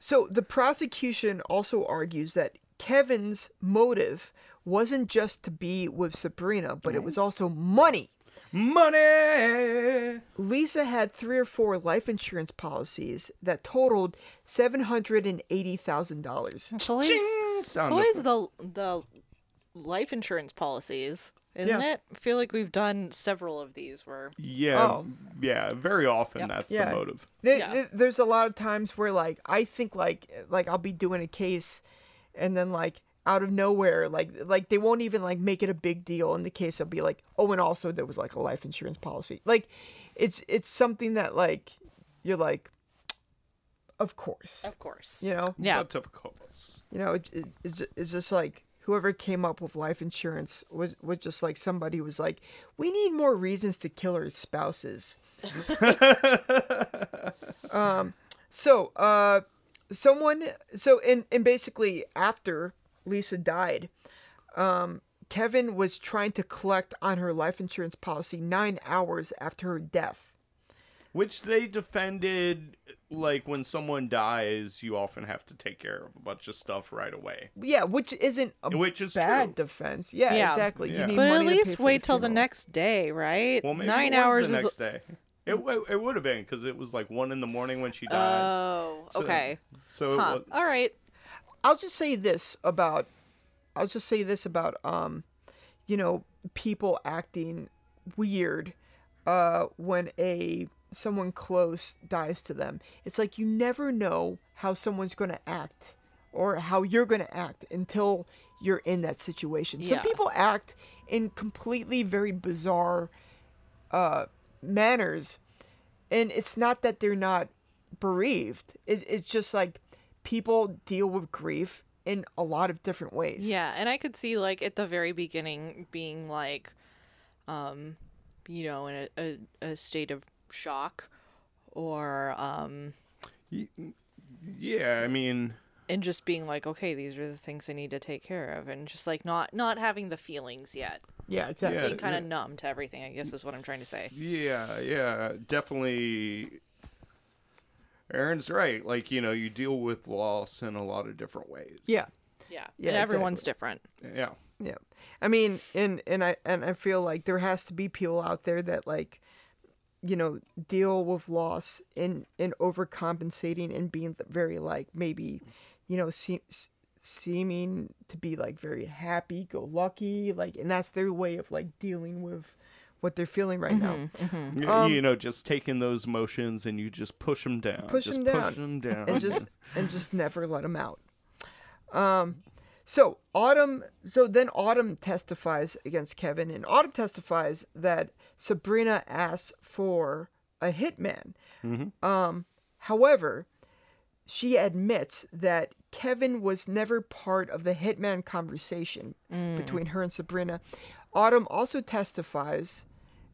B: So the prosecution also argues that Kevin's motive wasn't just to be with Sabrina, but it was also money.
C: Money.
B: Lisa had three or four life insurance policies that totaled seven hundred and eighty thousand dollars.
D: It's always, it's
C: Sound
D: always the the life insurance policies, isn't
B: Yeah.
D: it? I feel like we've done several of these where
C: Yeah.
B: Oh.
C: Yeah, very often that's
B: Yeah.
C: the motive.
B: There,
D: Yeah.
B: there- there's a lot of times where like I think like like I'll be doing a case, and then like out of nowhere like like they won't even like make it a big deal in the case. I'll be like, oh, and also there was like a life insurance policy. Like, it's it's something that like you're like, of course,
D: of course.
B: you know,
D: Yeah.
C: But of course.
B: you know, it, it, it's ju- it's just like whoever came up with life insurance was was just like somebody who was like, we need more reasons to kill our spouses. um, so uh, someone so and and basically after Lisa died, um, Kevin was trying to collect on her life insurance policy nine hours after her death.
C: Which they defended like when someone dies, you often have to take care of a bunch of stuff right away.
B: Yeah, which isn't a
C: Which is
B: bad
C: true.
B: defense. Yeah,
D: Yeah.
B: exactly. You
C: Yeah.
B: need
D: But at
B: money to pay
D: least
B: for
D: wait till the
B: funeral.
D: next day, right?
C: Well, maybe
D: Nine
C: it was
D: hours
C: the
D: is
C: next day. It, w- it would have been because it was like one in the morning when she
B: Uh,
C: died.
D: Oh,
C: So-
D: okay.
C: So,
D: Huh.
C: it was,
D: All right.
B: I'll just say this about I'll just say this about um you know people acting weird uh when a someone close dies to them. It's like you never know how someone's going to act or how you're going to act until you're in that situation. Some
D: Yeah.
B: people act in completely very bizarre uh manners and it's not that they're not bereaved it's, it's just like people deal with grief in a lot of different ways
D: Yeah, and I could see like at the very beginning being like um, you know, in a, a, a state of shock or um,
C: Yeah, I mean,
D: and just being like, okay, these are the things I need to take care of, and just like not not having the feelings yet,
B: Yeah, exactly.
C: Yeah.
D: being kind of numb to everything. I guess is what I'm trying to say.
C: yeah, yeah, definitely. Aaron's right. Like, you know, you deal with loss in a lot of different ways.
B: Yeah.
D: Yeah,
B: Yeah,
D: and everyone's different.
C: Yeah.
B: Yeah. I mean, and and I and I feel like there has to be people out there that like you know, deal with loss and and overcompensating and being very like maybe, you know, seem, s- seeming to be like very happy go lucky like and that's their way of like dealing with what they're feeling right now.
C: Y-
B: Um,
C: you know, just taking those emotions and you just push them down.
B: Push
C: just
B: 'em down.
C: Push them down.
B: and just and just never let him out. Um, so Autumn, so then Autumn testifies against Kevin, and Autumn testifies that Sabrina asks for a hitman. Um, however, she admits that Kevin was never part of the hitman conversation between her and Sabrina. Autumn also testifies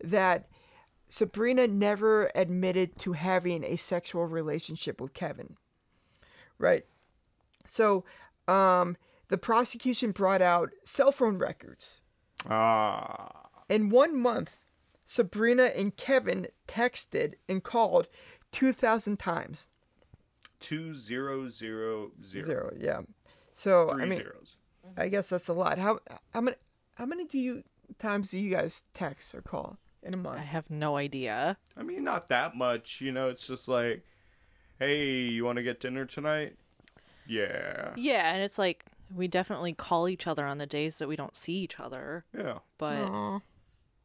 B: that Sabrina never admitted to having a sexual relationship with Kevin. Right. So, um, the prosecution brought out cell phone records.
C: ah.
B: In one month, Sabrina and Kevin texted and called 2,000 times.
C: Two zero zero zero.
B: Zero, yeah. So,
C: Three
B: I mean,
C: zeros.
B: I guess that's a lot. How, how many, how many do you, times do you guys text or call in a
D: I
B: month?
D: have no idea.
C: I mean, not that much. You know, it's just like, hey, you want to get dinner tonight? Yeah.
D: Yeah, and it's like we definitely call each other on the days that we don't see each other,
C: Yeah.
D: but
B: Aw,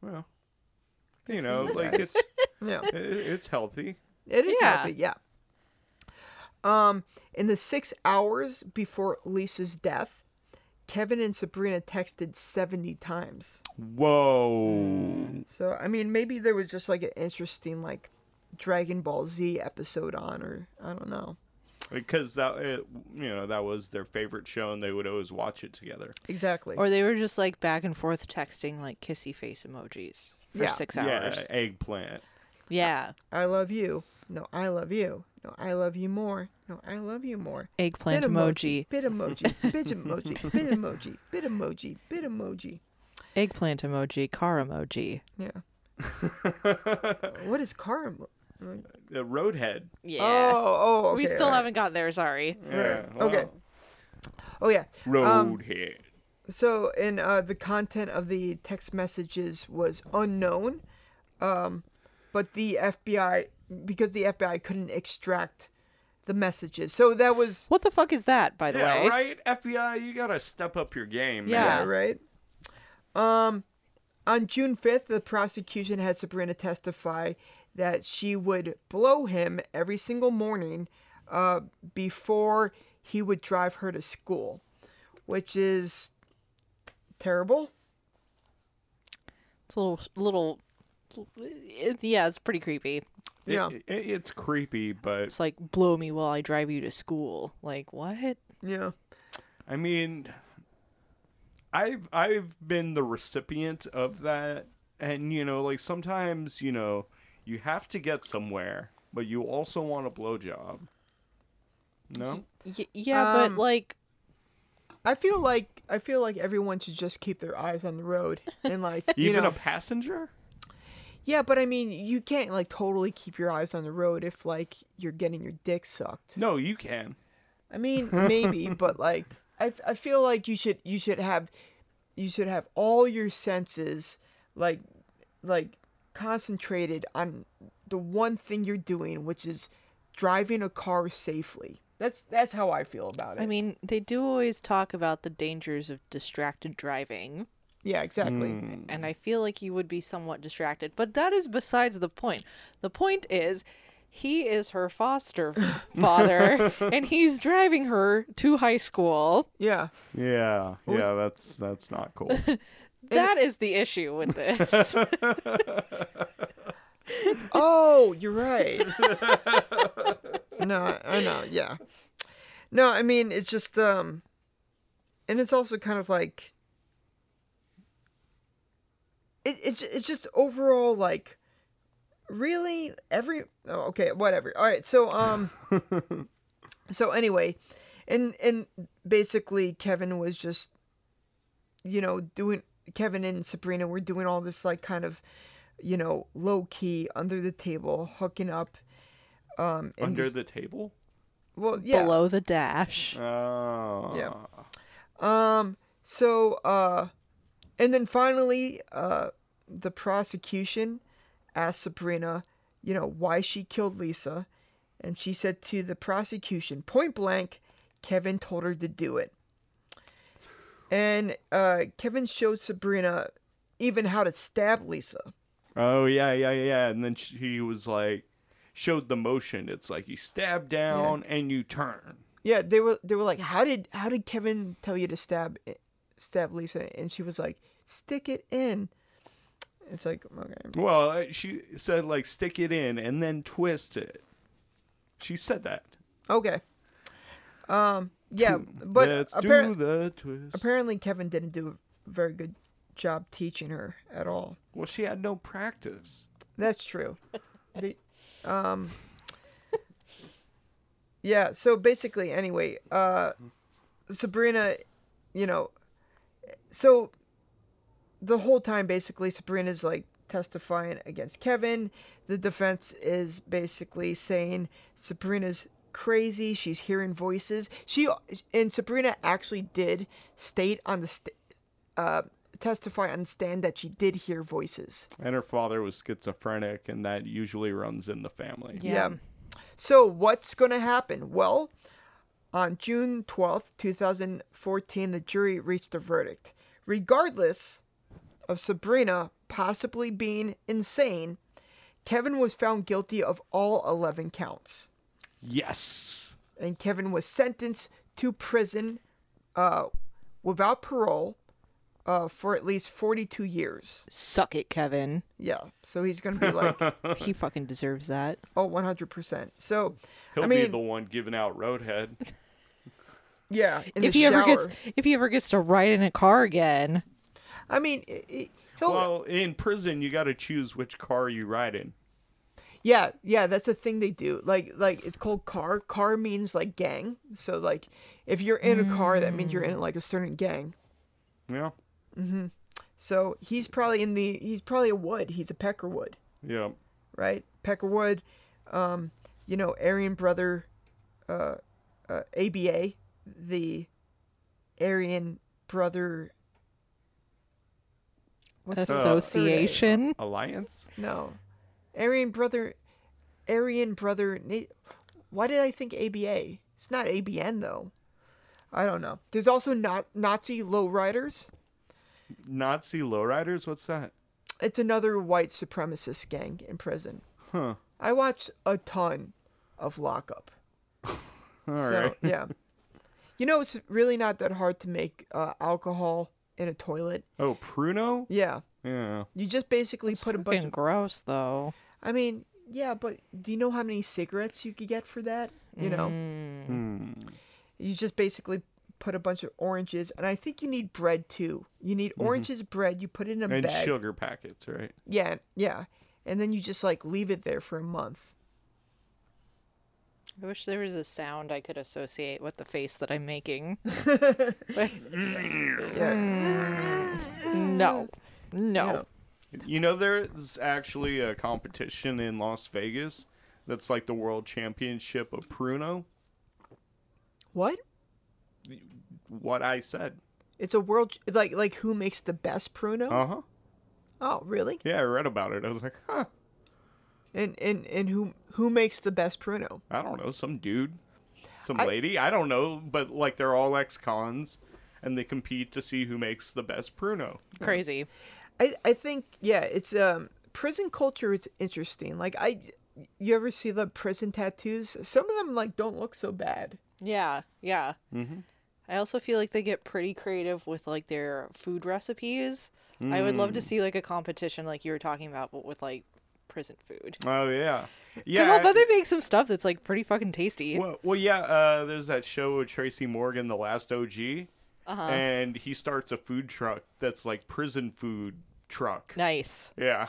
C: Well, you know, like it's
B: yeah.
C: i- it's healthy.
B: It is
D: Yeah.
B: healthy, yeah. Um, in the six hours before Lisa's death, Kevin and Sabrina texted seventy times.
C: Whoa.
B: So I mean, maybe there was just like an interesting like Dragon Ball Z episode on, or I don't know
C: Because that it, you know that was their favorite show, and they would always watch it together.
B: exactly.
D: or they were just like back and forth texting like kissy face emojis for
B: Yeah.
D: six
C: Yeah,
D: hours.
C: eggplant.
D: Yeah,
B: I love you. No, I love you. No, I love you more. No, I love you more.
D: eggplant emoji,
B: Bit emoji. Bit emoji. Bit emoji. Bit emoji. Bit emoji.
D: eggplant emoji, car emoji.
B: Yeah. what is karma?
C: The Roadhead.
D: Yeah,
B: Oh, oh.
D: we
B: okay,
D: still
B: all right.
D: haven't gotten there. Sorry.
C: Yeah,
B: Okay.
C: wow.
B: Oh yeah. Um,
C: Roadhead.
B: so and uh, the content of the text messages was unknown, um, but the FBI because the FBI couldn't extract the messages, so that was
D: What the fuck is that, by the
C: yeah,
D: way?
C: right. FBI, you gotta step up your game.
D: Yeah.
C: man.
B: yeah right. Um, on June fifth, the prosecution had Sabrina testify that she would blow him every single morning, uh, before he would drive her to school, which is terrible.
D: It's a little, little. It, yeah, it's pretty creepy.
C: It-
B: Yeah.
C: it- it's creepy, but
D: It's like blow me while I drive you to school. Like what?
B: Yeah.
C: I mean, I've I've been the recipient of that, and you know, like sometimes you know you have to get somewhere, but you also want a blowjob. No,
D: Y- yeah,
B: Um,
D: but like
B: I feel like I feel like everyone should just keep their eyes on the road and like you
C: even
B: know
C: a passenger.
B: yeah, but I mean you can't like totally keep your eyes on the road if like you're getting your dick sucked.
C: No, you can.
B: I mean maybe, but like I, I feel like you should you should have you should have all your senses like like concentrated on the one thing you're doing, which is driving a car safely. That's that's how I feel about it.
D: I mean, they do always talk about the dangers of distracted driving,
B: yeah, exactly.
D: and
B: Mm.
D: I feel like you would be somewhat distracted, but that is besides the point. The point is he is her foster father and he's driving her to high school.
B: Yeah.
C: Yeah, yeah, that's that's not cool.
D: That is the issue with this.
B: Oh, you're right. no, I- I know. Yeah. No, I mean it's just um, and it's also kind of like it, it's it's just overall like really every oh, okay whatever all right so um so anyway and and basically kevin was just you know doing kevin and sabrina were doing all this like kind of you know low key under the table hooking up um and
C: Under
B: these-
C: the table?
B: well yeah
D: Below the dash.
C: Oh.
B: Um. So, uh, and then finally, uh, the prosecution asked Sabrina, you know, why she killed Lisa, and she said to the prosecution point blank, Kevin told her to do it. And uh, Kevin showed Sabrina even how to stab Lisa.
C: Oh yeah, yeah, yeah. And then she was like, showed the motion. It's like you stab down and you turn.
B: Yeah, they were they were like, how did how did Kevin tell you to stab stab Lisa? And she was like, stick it in. It's like okay,
C: Well, uh, she said like stick it in and then twist it. She said that.
B: Okay. Um. Yeah, but
C: Let's
B: appar-
C: do the twist.
B: apparently Kevin didn't do a very good job teaching her at all.
C: Well, she had no practice.
B: That's true. The- um. Yeah. So basically, anyway, uh, Sabrina, you know, so the whole time basically Sabrina's like testifying against Kevin. The defense is basically saying Sabrina's crazy. She's hearing voices. She and Sabrina actually did state on the st- uh, testify on the stand that she did hear voices.
C: And her father was schizophrenic, and that usually runs in the family.
B: Yeah. So what's going to happen? Well, on June 12th, 2014, the jury reached a verdict. Regardless of Sabrina possibly being insane, Kevin was found guilty of all 11 counts.
C: Yes.
B: And Kevin was sentenced to prison uh, without parole uh, for at least 42 years.
D: Suck it, Kevin.
B: Yeah. So he's going to be like,
D: he fucking deserves that.
B: oh, 100%. So,
C: He'll
B: I mean,
C: be the one giving out roadhead.
B: yeah. In
D: if
B: the
D: he
B: shower.
D: ever gets if he ever gets to ride in a car again.
B: I mean, i- i- he'll.
C: well, in prison, you got to choose which car you ride in.
B: yeah, yeah, that's a thing they do. Like, like it's called car. Car means like gang. So, like, if you're in a car, that means you're in like a certain gang.
C: Yeah.
B: So he's probably in the. He's probably a Wood. He's a Peckerwood,
C: Yeah.
B: right? Peckerwood. Um, you know, Aryan brother, uh, uh, ABA, the Aryan brother. What's the third A?
D: Association.
C: Alliance.
B: No, Aryan brother, Aryan brother. Na- Why did I think ABA? It's not ABN though. I don't know. There's also not Nazi lowriders.
C: Nazi lowriders. What's that?
B: It's another white supremacist gang in prison.
C: Huh.
B: I watched a ton of Lockup.
C: All right.
B: so yeah, you know it's really not that hard to make uh, alcohol in a toilet.
C: Oh, Pruno.
B: Yeah,
C: Yeah.
B: you just basically put a bunch
D: Fucking
B: of.
D: gross though.
B: I mean, yeah, but do you know how many cigarettes you could get for that? You know.
C: Hmm.
B: you just basically put a bunch of oranges and i think you need bread too you need oranges bread you put it in a
C: Mm-hmm. And
B: bag
C: sugar packets, right?
B: yeah yeah and then you just like leave it there for a month
D: I wish there was a sound I could associate with the face that I'm making.
B: yeah
D: No. No.
C: You know, there's actually a competition in Las Vegas that's like the world championship of Pruno.
B: what
C: What I said.
B: it's a world ch- like like who makes the best pruno
C: Uh huh.
B: oh really
C: Yeah, I read about it. I was like, huh.
B: and and and who who makes the best pruno
C: I don't know, some dude, some
B: I-
C: lady. I don't know, but like they're all ex cons and they compete to see who makes the best Pruno.
D: Crazy.
B: i i think yeah it's um prison culture is interesting like i you ever see the prison tattoos some of them like don't look so bad
D: Yeah, yeah.
B: Mm-hmm.
D: I also feel like they get pretty creative with like their food recipes. I would
B: Mm.
D: love to see like a competition like you were talking about, but with like prison food.
C: Oh, yeah.
D: Yeah,
C: Yeah.
D: I bet they make some stuff that's like pretty fucking tasty.
C: Well, well, yeah. Uh, there's that show with Tracy Morgan, The Last OG, and he starts a food truck that's like prison food truck.
D: Nice.
C: Yeah.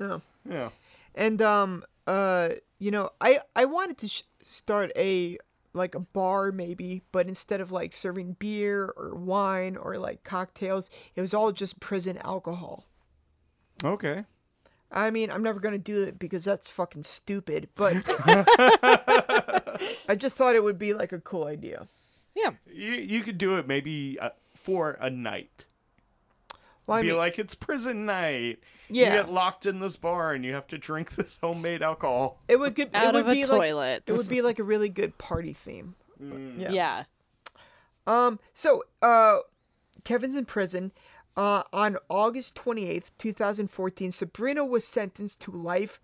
B: Yeah.
C: Yeah.
B: And um uh you know I I wanted to sh- start a like a bar maybe, but instead of like serving beer or wine or like cocktails, it was all just prison alcohol.
C: Okay.
B: I mean, I'm never gonna do it because that's fucking stupid. But I just thought it would be like a cool idea.
D: Yeah.
C: You you could do it maybe uh, for a night.
B: Well, I
C: Be
B: mean,
C: like it's prison night.
B: Yeah.
C: You get locked in this bar and you have to drink this homemade alcohol.
B: it would get
D: Out
B: it would
D: of a
B: be Like,
D: toilet.
B: it would be like a really good party theme.
D: yeah.
B: Um, so uh, Kevin's in prison. Uh, on August 28th, 2014, Sabrina was sentenced to life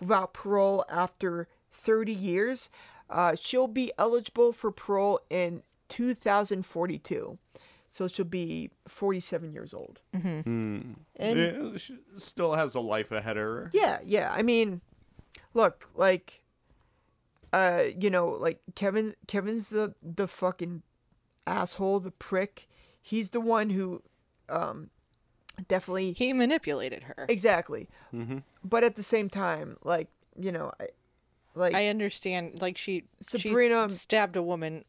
B: without parole after 30 years. Uh, she'll be eligible for parole in 2042. So she'll be 47 years old. Mm-hmm. And
C: Yeah, she still has a life ahead of her.
B: yeah, yeah. I mean, look, like, uh, you know, like Kevin, Kevin's the the fucking asshole, the prick. He's the one who, um, definitely
D: He manipulated her.
B: exactly. But at the same time, like, you know, I, like,
D: I understand. Like she, she
B: Sabrina-
D: stabbed a woman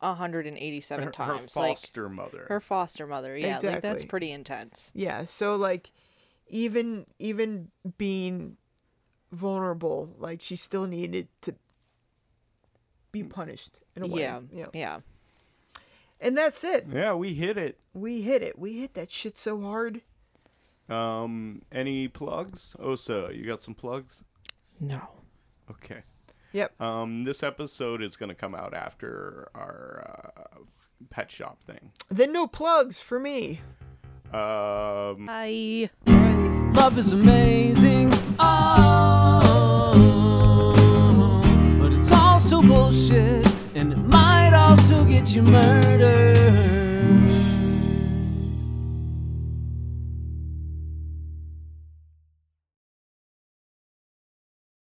D: 187
C: Her, her
D: times. like
C: foster mother.
D: her foster mother. Yeah, like that's
B: Exactly.
D: pretty intense.
B: yeah. So like, even even being vulnerable, like she still needed to be punished in a way.
D: Yeah,
B: you know.
D: yeah.
B: And that's it.
C: yeah, we hit it.
B: We hit it. We hit that shit so hard.
C: Um, any plugs? Osa, you got some plugs?
D: No.
C: Okay.
B: Yep.
C: Um, this episode is gonna come out after our uh, pet shop thing.
B: Then no plugs for me.
C: Um,
D: Bye.
A: Love is amazing. Oh, but it's also bullshit, and it might also get you murdered.